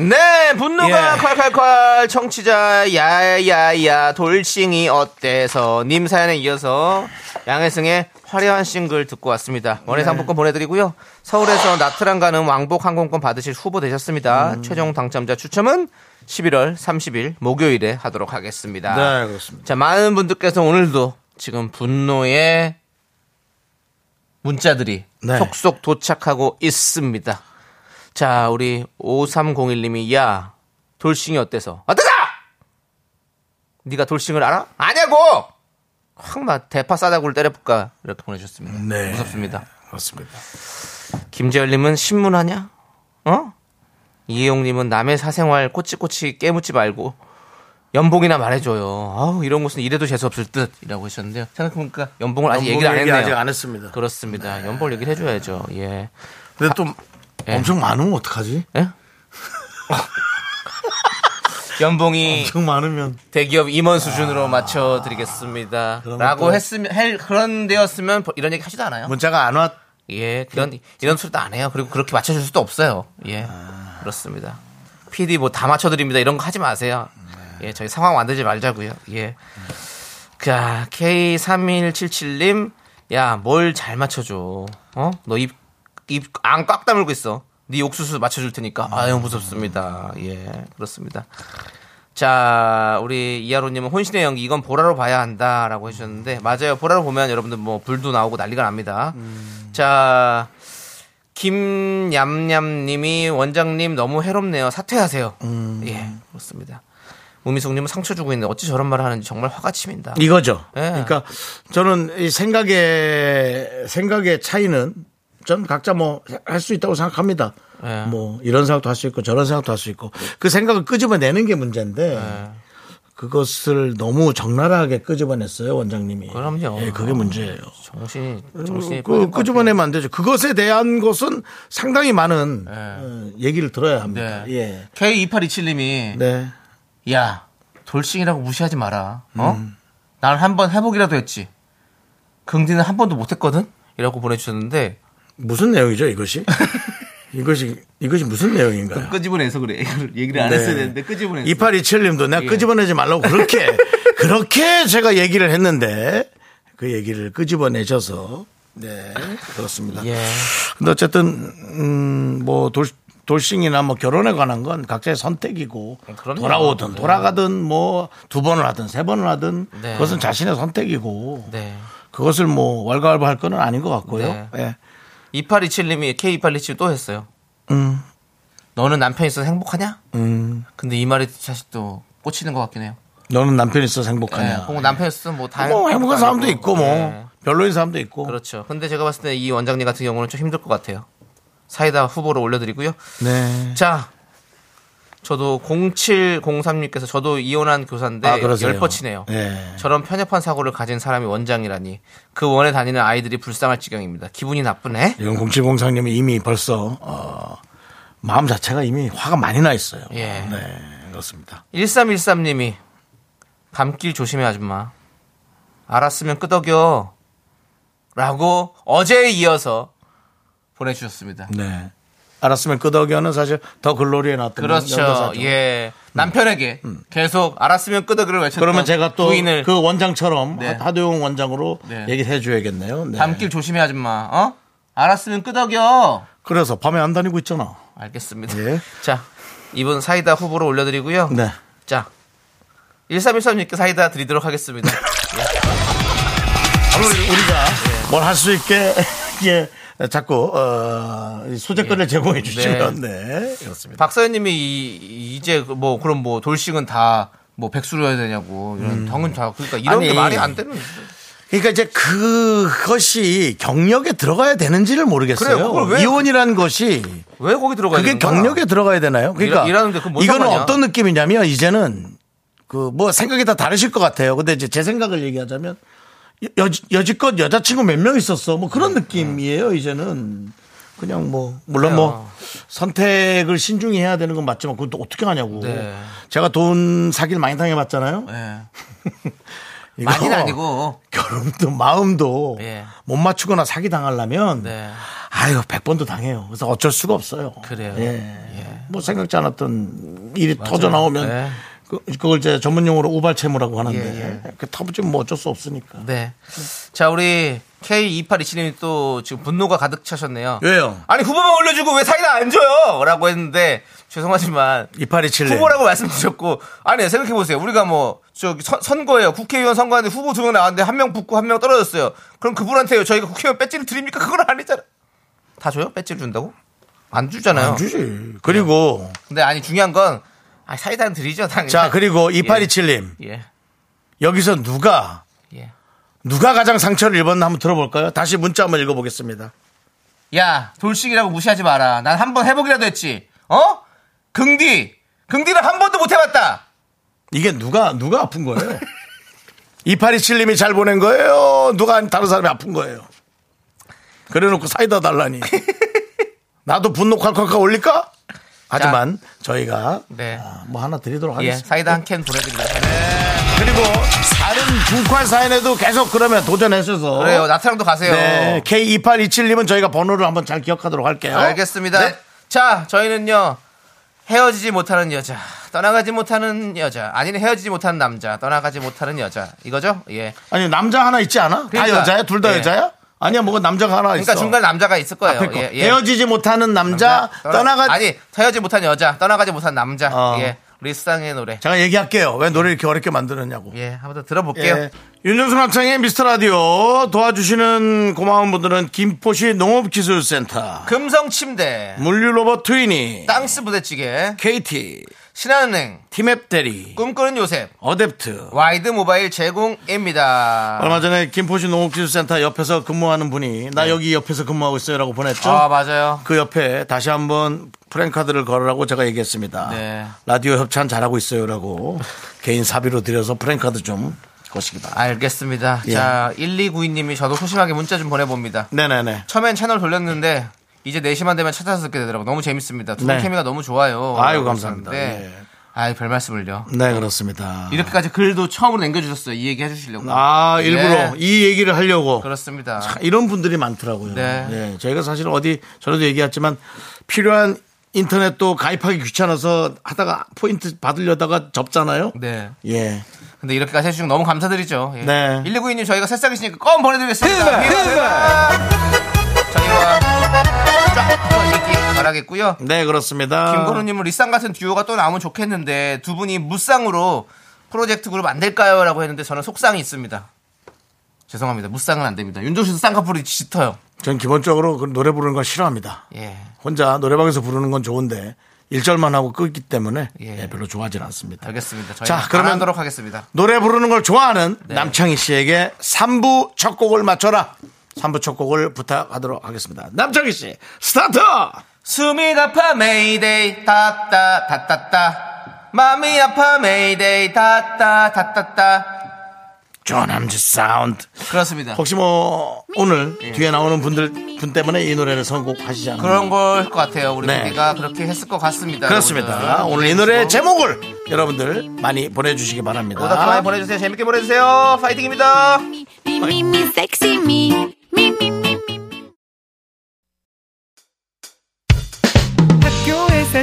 네, 분노가 예. 콸콸콸 청취자 야야야 돌싱이 어때서 님 사연에 이어서 양혜승의 화려한 싱글 듣고 왔습니다. 원예상품권 보내드리고요. 서울에서 나트랑 가는 왕복 항공권 받으실 후보 되셨습니다. 최종 당첨자 추첨은 11월 30일 목요일에 하도록 아, 하겠습니다. 네. 그렇습니다. 자, 많은 분들께서 오늘도 지금 분노의 문자들이 네. 속속 도착하고 있습니다. 자, 우리 5301님이 야, 돌싱이 어때서? 어때서? 네가 돌싱을 알아? 아냐고! 확 막 대파 싸다구를 때려볼까? 이렇게 보내주셨습니다. 네. 무섭습니다. 그렇습니다. 김재열님은 신문하냐? 어? 이혜용님은 남의 사생활 꼬치꼬치 깨묻지 말고 연봉이나 말해줘요. 아우 이런 곳은 이래도 재수 없을 듯이라고 하셨는데요. 생각해보니까 연봉을 아직 얘기를 안 연봉 얘기 했네요. 아직 안 했습니다. 네. 그렇습니다. 연봉을 얘기를 해줘야죠. 예. 근데 또 예. 엄청 많으면 어떡하지? 예? 연봉이 엄청 많으면 대기업 임원 수준으로 맞춰드리겠습니다. 아. 그러면 라고 또- 했으면 할 그런 데였으면 뭐 이런 얘기 하지도 않아요. 문자가 안 왔. 예, 그런 이런 소리도 안 해요. 그리고 그렇게 맞춰줄 수도 없어요. 예, 아. 그렇습니다. PD 뭐 다 맞춰드립니다 이런 거 하지 마세요. 네. 예, 저희 상황 만들지 말자고요. 예. 자, K3177님, 야, 뭘 잘 맞춰줘. 어? 너 입, 입, 안 꽉 다물고 있어. 네 옥수수 맞춰줄 테니까. 아유, 무섭습니다. 예, 그렇습니다. 자, 우리 이하로님은 혼신의 연기, 이건 보라로 봐야 한다. 라고 해주셨는데, 맞아요. 보라로 보면 여러분들 뭐, 불도 나오고 난리가 납니다. 자, 김얌얌님이 원장님 너무 해롭네요. 사퇴하세요. 예, 그렇습니다. 우미숙님은 상처 주고 있는데 어찌 저런 말을 하는지 정말 화가 치민다. 이거죠. 예. 그러니까 저는 이 생각의 생각의 차이는 전 각자 뭐 할 수 있다고 생각합니다. 예. 뭐 이런 생각도 할 수 있고 저런 생각도 할 수 있고 그 생각을 끄집어내는 게 문제인데 그것을 너무 적나라하게 끄집어냈어요 원장님이. 그럼요. 예, 그게 문제예요. 정신이 그, 정신이 꺼질 것 같아요. 끄집어내면 안 되죠. 그것에 대한 것은 상당히 많은 어, 얘기를 들어야 합니다. 네. 예. K2827님이 네. 야 돌싱이라고 무시하지 마라. 어? 난 한 번 해보기라도 했지. 긍디는 한 번도 못했거든. 이라고 보내주셨는데 무슨 내용이죠, 이것이? 이것이, 이것이 무슨 내용인가요? 끄집어내서 그래. 이걸 얘기를 안 네. 했어야 되는데 끄집어내서. 2827님도 내가 예. 끄집어내지 말라고 그렇게, 그렇게 제가 얘기를 했는데 그 얘기를 끄집어내셔서 네. 그렇습니다. 예. 근데 어쨌든, 음, 뭐, 돌, 돌싱이나 뭐 결혼에 관한 건 각자의 선택이고 그럼요. 돌아오든 네. 돌아가든 뭐 두 번을 하든 세 번을 하든 네. 그것은 자신의 선택이고 네. 그것을 뭐 왈가왈부할 거는 아닌 것 같고요. 네. 예. 2827님이 K2827 또 했어요. 음. 너는 남편 있어서 행복하냐? 음. 근데 이 말이 사실 또 꽂히는 것 같긴 해요. 너는 남편 있어서 네. 행복하냐? 혹은 남편 있으면 뭐다 뭐 행복한 사람도 있고 뭐 네. 별로인 사람도 있고. 그렇죠. 근데 제가 봤을 때 이 원장님 같은 경우는 좀 힘들 것 같아요. 사이다 후보로 올려드리고요. 네. 자, 저도 0703님께서 저도 이혼한 교사인데 아, 그러세요. 네, 열뻗치네요. 예. 저런 편협한 사고를 가진 사람이 원장이라니 그 원에 다니는 아이들이 불쌍할 지경입니다. 기분이 나쁘네. 이건 공치봉상님이 이미 벌써 어, 마음 자체가 이미 화가 많이 나 있어요. 예. 네 그렇습니다. 1313님이 감길 조심해 아줌마. 알았으면 끄덕여. 라고 어제에 이어서 보내주셨습니다. 네. 알았으면 끄덕여는 사실 더 글로리에 나왔던 그렇죠. 연가사죠. 예. 남편에게 계속 알았으면 끄덕이를 외쳤던 음. 그러면 제가 또 부인을 그 원장처럼 네. 하도용 원장으로 네. 얘기를 해줘야겠네요. 네. 밤길 조심해 아줌마. 어? 알았으면 끄덕여. 그래서 밤에 안 다니고 있잖아. 알겠습니다. 예. 자, 이분 사이다 후보로 올려드리고요. 네. 자, 1313님께 사이다 드리도록 하겠습니다. 예. 아무리 우리가 뭘 할 수 있게 예, 자꾸 어, 이 예. 소재거리를 제공해 주시면 네. 그렇습니다. 박사연님이 이, 이제 그 뭐 그럼 뭐 돌싱은 다 뭐 백수로 해야 되냐고 이런 덩은 다 그러니까 이런 음. 아니. 게 말이 안 되는 그러니까 이제 그것이 경력에 들어가야 되는지를 모르겠어요. 그래요. 그걸 왜- 이혼이라는 것이 왜 거기 들어가야 그게 되는 거야? 경력에 들어가야 되나요? 그러니까 일- 일하는데 그건 뭔 이거는 상관이야? 어떤 느낌이냐면 이제는 그 뭐 생각이 다 다르실 것 같아요. 근데 이제 제 생각을 얘기하자면 여, 여, 지껏 여자친구 몇 명 있었어. 뭐 그런 네. 느낌이에요. 이제는 그냥 뭐 물론 뭐 선택을 신중히 해야 되는 건 맞지만 그건 또 어떻게 하냐고. 네. 제가 돈 사기를 많이 당해봤잖아요. 예. 이거 많이는 아니고 결혼도 마음도 예. 못 맞추거나 사기 당하려면 네. 아유 100번도 당해요. 그래서 어쩔 수가 없어요. 그래요. 예. 뭐 생각지 않았던 일이 터져 나오면 네. 그, 그걸 이제 전문 용어로 우발채무라고 하는데 예, 그 터부지면 뭐 어쩔 수 없으니까. 네. 자, 우리 K2827님이 또 지금 분노가 가득 차셨네요. 왜요? 아니, 후보만 올려주고 왜 사이다 안 줘요? 라고 했는데, 죄송하지만, 2827. 후보라고 말씀드렸고, 아니, 생각해보세요. 우리가 뭐, 저기 선, 선거예요. 국회의원 선거하는데 후보 두 명 나왔는데 한 명 붙고 한 명 떨어졌어요. 그럼 그분한테 저희가 국회의원 배지를 드립니까? 그건 아니잖아. 다 줘요? 배지를 준다고? 안 주잖아요. 안 주지. 그리고 근데 아니, 중요한 건, 아, 사이다는 드리죠, 당연히. 자, 그리고 2827님. 예. 여기서 누가 예. 누가 가장 상처를 입었나 한번 들어볼까요? 다시 문자 한번 읽어보겠습니다. 야, 돌싱이라고 무시하지 마라. 난 한 번 해보기라도 했지. 어? 긍디. 긍디는 한 번도 못 해봤다. 이게 누가 누가 아픈 거예요? 2827님이 잘 보낸 거예요? 누가 다른 사람이 아픈 거예요? 그래놓고 사이다 달라니. 나도 분노 콸콸콸 올릴까? 하지만 저희가 네. 아, 뭐 하나 드리도록 예, 하겠습니다. 사이다 한 캔 보내드립니다. 그리고 다른 중ኳ 사연에도 계속 그러면 도전하셔서 그래요, 나트랑도 가세요. 네, K2827님은 저희가 번호를 한번 잘 기억하도록 할게요. 어? 알겠습니다. 네. 자, 저희는요. 헤어지지 못하는 여자, 떠나가지 못하는 여자, 아니면 헤어지지 못하는 남자, 떠나가지 못하는 여자. 이거죠? 예. 아니 남자 하나 있지 않아? 그러니까. 다 여자야? 둘 다 예. 여자야? 아니야, 뭐가 남자가 하나 있어. 그러니까 중간에 남자가 있을 거예요. 앞에 거. 예, 예. 헤어지지 못하는 남자, 떠나가 아니, 헤어지지 못한 여자, 떠나가지 못한 남자. 어. 예. 리쌍의 노래. 제가 얘기할게요. 왜 노래 이렇게 어렵게 만드느냐고. 예, 한번 더 들어볼게요. 예. 윤정수 남창의 미스터 라디오 도와주시는 고마운 분들은 김포시 농업기술센터, 금성 침대. 물류로봇 트위니, 땅스 부대찌개, KT, 신한은행, 티맵 대리, 꿈꾸는 요셉, 어댑트. 와이드 모바일 제공입니다. 얼마 전에 김포시 농업기술센터 옆에서 근무하는 분이 나 여기 옆에서 근무하고 있어요라고 보냈죠. 네. 아, 맞아요. 그 옆에 다시 한번 프랭카드를 걸으라고 제가 얘기했습니다. 네. 라디오 협찬 잘하고 있어요라고 개인 사비로 드려서 프랭카드 좀 거시기 바랍니다. 알겠습니다. 예. 자, 1292님이 저도 소심하게 문자 좀 보내봅니다. 네네네. 처음엔 채널 돌렸는데, 이제 4시만 되면 찾아서 듣게 되더라고. 너무 재밌습니다. 두분 네. 케미가 너무 좋아요. 아유, 감사합니다. 그러셨는데, 예. 아유, 별 말씀을요. 네 그렇습니다. 이렇게까지 글도 처음으로 남겨주셨어요. 이 얘기 해주시려고. 아 일부러 예. 이 얘기를 하려고 그렇습니다. 아, 이런 분들이 많더라고요. 네. 예, 저희가 사실 어디 저도 얘기했지만 필요한 인터넷도 가입하기 귀찮아서 하다가 포인트 받으려다가 접잖아요. 네. 예. 근데 이렇게까지 해주신 거 너무 감사드리죠. 예. 네. 1292님 저희가 새싹이시니까 껌 보내드리겠습니다. 희발, 희발. 저희와 쫙 한번 얘기 바라겠고요. 네, 어. 그렇습니다. 김건우님은 리쌍 같은 듀오가 또 나오면 좋겠는데 두 분이 무쌍으로 프로젝트 그룹 안 될까요?라고 했는데 저는 속상이 있습니다. 죄송합니다. 무쌍은 안 됩니다. 윤종신도 쌍꺼풀이 짙어요. 전 기본적으로 그 노래 부르는 걸 싫어합니다. 예. 혼자 노래방에서 부르는 건 좋은데 일절만 하고 끊기 때문에 예. 네, 별로 좋아하진 않습니다. 알겠습니다. 저희 자, 그러면- 자, 그러면 하도록 하겠습니다. 노래 부르는 걸 좋아하는 네. 남창희 씨에게 3부 첫 곡을 맞춰라. 3부 첫 곡을 부탁하도록 하겠습니다. 남창희 씨, 스타트! 숨이 아파 메이데이 따따 따따따 마음이 아파 메이데이 따따 따따따 조남지 사운드. 그렇습니다. 혹시 뭐, 오늘 뒤에 나오는 분들, 분 때문에 이 노래를 선곡하시지 않나요? 그런 걸 것 같아요. 우리 네. PD가 그렇게 했을 것 같습니다. 그렇습니다. 여러분들. 아. 오늘 이 노래의 제목을 여러분들 많이 보내주시기 바랍니다. 오답도 많이 보내주세요. 재밌게 보내주세요. 파이팅입니다. 미미미 섹시 미미미미 학교에서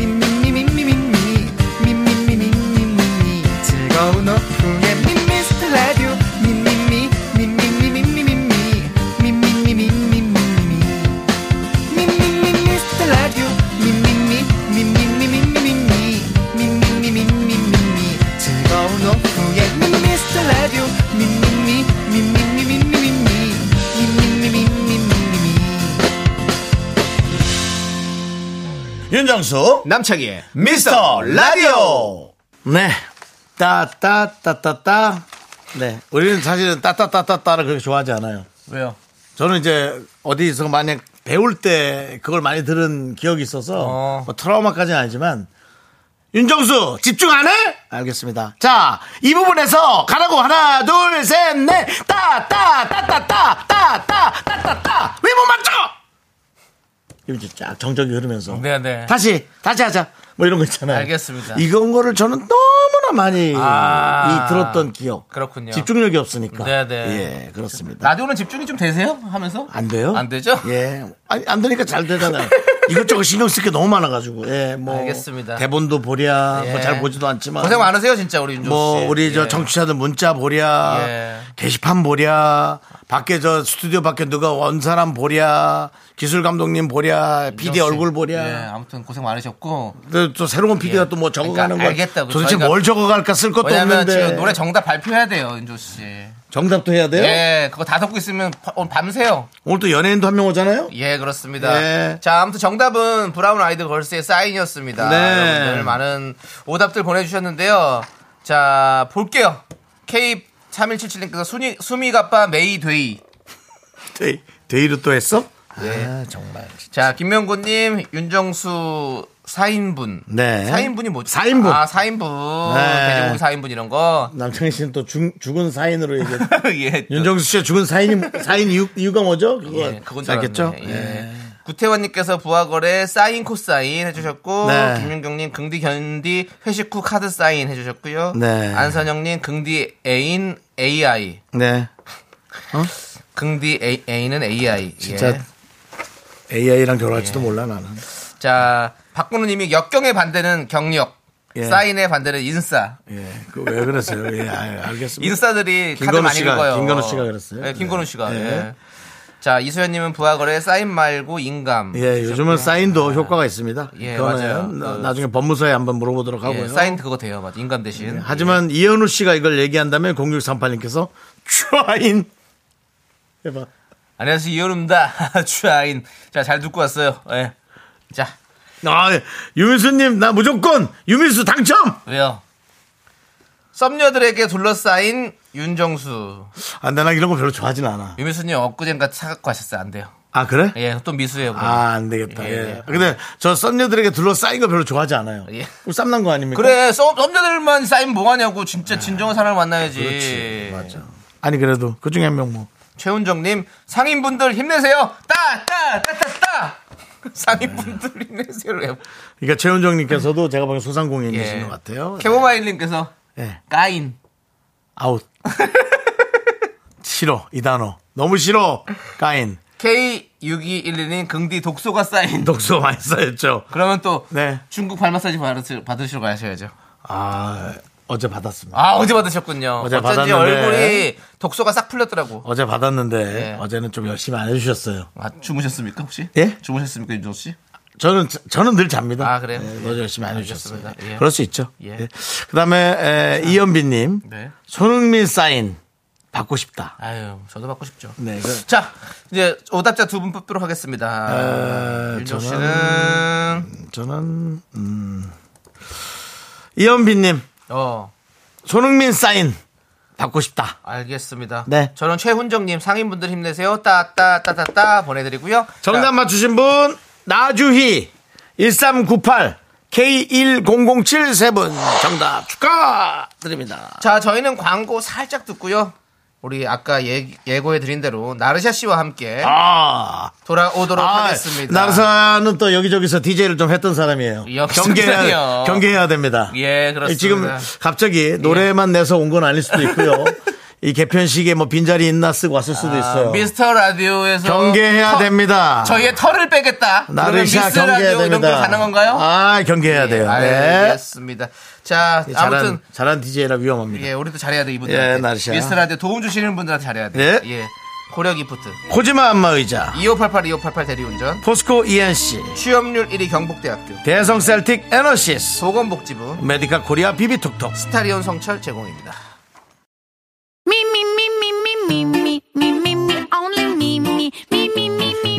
미미미 미미미 미미미 미미미 즐거운 오후에 미미스터 라디오 미미미 미미미 미미미 미미미 미미미 윤정수, 남창희의 미스터 라디오. 네. 따따따따따. 네. 우리는 사실은 따따따따따를 그렇게 좋아하지 않아요. 왜요? 저는 이제 어디서 만약 배울 때 그걸 많이 들은 기억이 있어서 어. 뭐 트라우마까지는 아니지만 윤정수 집중 안 해? 알겠습니다. 자, 이 부분에서 가라고 하나, 둘, 셋, 넷, 따, 따, 따, 따, 따, 따, 따, 따, 따, 따, 왜못 맞춰? 이렇게 쫙 정적이 흐르면서 네, 네. 다시 다시 하자 뭐 이런 거 있잖아요. 알겠습니다. 이건 거를 저는 너무나 많이 아. 이 들었던 기억. 그렇군요. 집중력이 없으니까. 네, 네. 예, 그렇습니다. 라디오는 집중이 좀 되세요? 하면서? 안 돼요? 안 되죠? 예. 아니, 안 되니까 잘 되잖아요. 이것저것 신경 쓸 게 너무 많아가지고. 예, 뭐. 알겠습니다. 대본도 보랴, 예. 뭐 잘 보지도 않지만. 고생 많으세요, 진짜 우리 윤종 씨. 뭐, 우리 저 예. 정치자들 문자 보랴, 예. 게시판 보랴, 밖에 저 스튜디오 밖에 누가 원 사람 보랴, 기술 감독님 보랴, 윤종 PD 씨. 얼굴 예, 보랴. 아무튼 고생 많으셨고. 또, 또 새로운 PD가 또 뭐 적어가는 그러니까 걸 알겠다고. 도대체 저희가- 뭘 적어갈까 쓸 것도 왜냐면 없는데 네? 지금 노래 정답 발표해야 돼요, 윤종 씨. 정답도 해야 돼요? 예, 그거 다 듣고 있으면 바- 오늘 밤새요. 오늘 또 연예인도 한 명 오잖아요. 예, 그렇습니다. 예. 자, 아무튼 정답은 브라운 아이드 걸스의 사인이었습니다. 네. 여러분들 많은 오답들 보내주셨는데요. 자, 볼게요. K3177님께서 순이, 수미가빠 메이데이. 데- 데이로 또 했어? 예. 아, 정말. 자, 김명구님, 윤정수 4인분. 네. 4인분이 뭐죠? 사인분. 아, 4인분. 네. 돼지고기 4인분 이런 거. 남창희 씨는 또 죽, 죽은 사인으로 얘기해. 예. 또- 윤정수 씨가 죽은 사인이, 사인 이유, 이유가 뭐죠? 그거 예, 그건 줄 알겠죠? 알았네. 예. 예. 구태원님께서 부하거래 사인 코사인 해주셨고 네. 김윤경님 긍디 견디 회식 후 카드 사인 해주셨고요. 네. 안선영님 긍디 애인 AI 네. 긍디 애- 애인은 AI. 진짜 예. AI랑 결혼할지도 몰라, 나는. 자 박근우님이 역경의 반대는 경력, 예. 사인의 반대는 인싸. 예. 그 왜 그랬어요? 예, 아, 알겠습니다. 인싸들이 카드 김건우 많이 씨가- 읽어요. 김건우 씨가 그랬어요. 예, 김건우 씨가. 예. 예. 자 이소연님은 부하거래 사인 말고 인감. 예, 요즘은 사인도 효과가 있습니다. 예, 그거는 맞아요. 나, 그- 나중에 법무서에 한번 물어보도록 예, 하고요. 예, 사인 그거 돼요, 맞아. 인감 대신. 예. 하지만 이현우 씨가 이걸 얘기한다면 0638님께서 추아인 해봐. 안녕하세요 이효름다 추아인 자 잘 듣고 왔어요 예. 자 아, 유민수님 나 무조건 유민수 당첨. 왜요 썸녀들에게 둘러싸인 윤정수 안 돼, 나 아, 이런 거 별로 좋아하진 않아. 유미수님 엊그젠가 차 갖고 하셨어요 안 돼요 아 그래? 예또 미수예요 그럼. 아, 안 되겠다. 예, 예. 예. 근데 저 썸녀들에게 둘러싸인 거 별로 좋아하지 않아요. 예. 그럼 쌈난 거 아닙니까? 그래 썸, 썸녀들만 쌓인 뭐하냐고 진짜 진정한 사람을 만나야지 네. 예. 그렇지. 맞아. 아니, 그래도 그 중에 한 명 뭐. 최훈정님 상인분들 힘내세요 따 따 따 따따 상인분들 힘내세요 그러니까 최은정님께서도 제가 보기엔 소상공인이신 음. 예. 것 같아요. 캐모마일님께서 예. 까인 아웃. 싫어, 이 단어. 너무 싫어. 까인. K6211님 긍디 독소가 쌓인 독소 많이 쌓였죠. 그러면 또 네. 중국 발 마사지 받으시- 받으시러 가셔야죠. 아, 어제 받았습니다. 아 어제 받으셨군요. 어제 받았는데. 어쩐지 얼굴이 독소가 싹 풀렸더라고. 어제 받았는데 네. 어제는 좀 열심히 안 해주셨어요. 아, 주무셨습니까 혹시? 예? 주무셨습니까 윤정 씨? 저는 저는 늘 잡니다. 아, 그래요? 네, 어제 열심히 안 해주셨어요. 알겠습니다. 예. 그럴 수 있죠. 예. 예. 그다음에 에, 이연빈님 네. 손흥민 사인 받고 싶다. 아유 저도 받고 싶죠. 네, 그- 자 이제 아, 오답자 두 분 뽑도록 아, 하겠습니다. 윤정 저는- 씨는 저는 음, 이연빈님 어 손흥민 사인 받고 싶다. 알겠습니다. 네. 저는 최훈정님 상인분들 힘내세요. 따따따따따 보내드리고요. 정답 맞추신 분 나주희 1398 K1007 세 분 정답 축하드립니다. 자, 저희는 광고 살짝 듣고요. 우리 아까 예, 예고해 드린 대로 나르샤 씨와 함께 아, 돌아오도록 아 네. 하겠습니다. 나르사는 또 여기저기서 DJ를 좀 했던 사람이에요. 역시 경계해야, 그래요. 경계해야 됩니다. 예, 그렇습니다. 지금 갑자기 노래만 내서 온 건 아닐 수도 있고요. 이 개편식에 뭐 빈자리 있나 쓰고 왔을 수도 있어요. 아, 미스터 라디오에서 경계해야 터- 됩니다. 저희의 털을 빼겠다. 그러면 나르샤 미스 경계해야 라디오 이런 거 됩니다. 가능한가요? 아, 경계해야 예, 돼요. 네. 예, 알겠습니다. 자, 아무튼 잘한, 잘한 DJ라 위험합니다. 예, 우리도 잘해야 돼 이분들. 예, 나르샤. 미스 라디오 도움 주시는 분들한테 잘해야 돼. 예. 예. 고려 기프트 코지마 안마의자 2588 2588 대리운전 포스코 ENC 취업률 1위 경북대학교 대성 셀틱 에너시스 보건복지부 메디카 코리아 비비톡톡 스타리온 성철 제공입니다. Me, me, me, me, me, me, me, me, me, me, only me, me, me, me, me, me.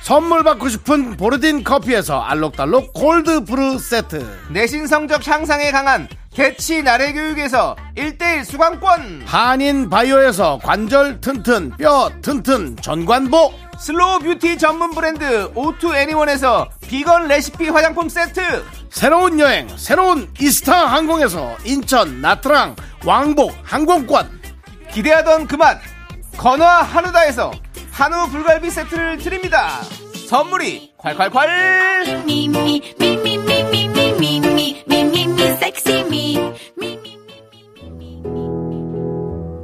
선물 받고 싶은 보르딘 커피에서 알록달록 골드 브루 세트 내신 성적 향상에 강한 개치 나래 교육에서 1대1 수강권 한인 바이오에서 관절 튼튼, 뼈 튼튼, 전관보. 슬로우 뷰티 전문 브랜드 오투 애니원에서 비건 레시피 화장품 세트 새로운 여행, 새로운 이스타 항공에서 인천, 나트랑, 왕복, 항공권. 기대하던 그만 건화 한우다에서 한우 불갈비 세트를 드립니다 선물이 콸콸콸 Me, me, me, me, me, me, me, me, me, me, me, me, sexy me. Me, me, me, me, me, me.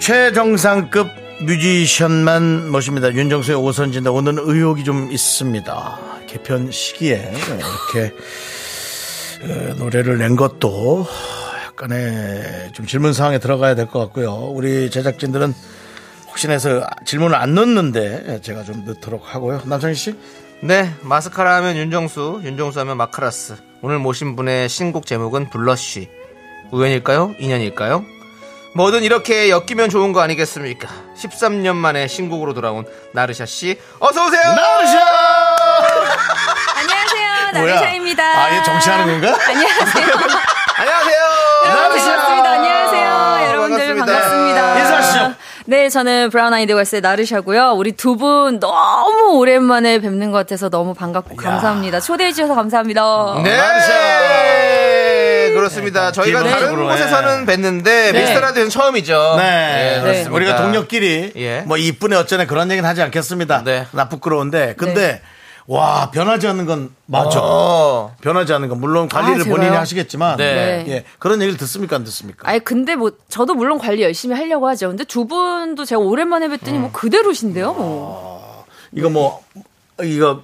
최정상급 뮤지션만 모십니다. 윤정수의 오선진다. 오늘은 의혹이 좀 있습니다. 개편 시기에 이렇게 에, 노래를 낸 것도 약간의 좀 질문 사항에 들어가야 될 것 같고요. 우리 제작진들은 혹시나 해서 질문을 안 넣는데 제가 좀 넣도록 하고요. 남창희 씨? 네 마스카라 하면 윤정수 윤정수 하면 마카라스 오늘 모신 분의 신곡 제목은 블러쉬 우연일까요 인연일까요 뭐든 이렇게 엮이면 좋은 거 아니겠습니까 13년 만에 신곡으로 돌아온 나르샤 씨 어서 오세요 나르샤! 안녕하세요, 뭐야? 나르샤입니다. 아, 얘 정치하는 건가? 안녕하세요 안녕하세요. 반갑습니다. 안녕하세요. 여러분들 반갑습니다. 반갑습니다. 인사하시죠. 네, 저는 브라운 아이드 걸스의 나르샤고요. 우리 두 분 너무 오랜만에 뵙는 것 같아서 너무 반갑고 감사합니다. 초대해 주셔서 감사합니다. 어, 네. 많으셔. 그렇습니다. 저희가 다른 네, 기본적으로, 곳에서는 뵀는데 미스터 라디오는 처음이죠. 네. 예, 그렇습니다. 우리가 동료끼리 예. 뭐 이쁘네 어쩌네 그런 얘기는 하지 않겠습니다. 네. 나 부끄러운데 근데 네. 와 변하지 않는 건 맞죠. 어. 변하지 않는 건 물론 관리를 아, 제가요? 본인이 하시겠지만 네. 네. 예 그런 얘기를 듣습니까 안 듣습니까? 아니 근데 뭐 저도 물론 관리 열심히 하려고 하죠. 근데 두 분도 제가 오랜만에 뵀더니 음. 뭐 그대로신데요. 뭐. 이거 뭐 이거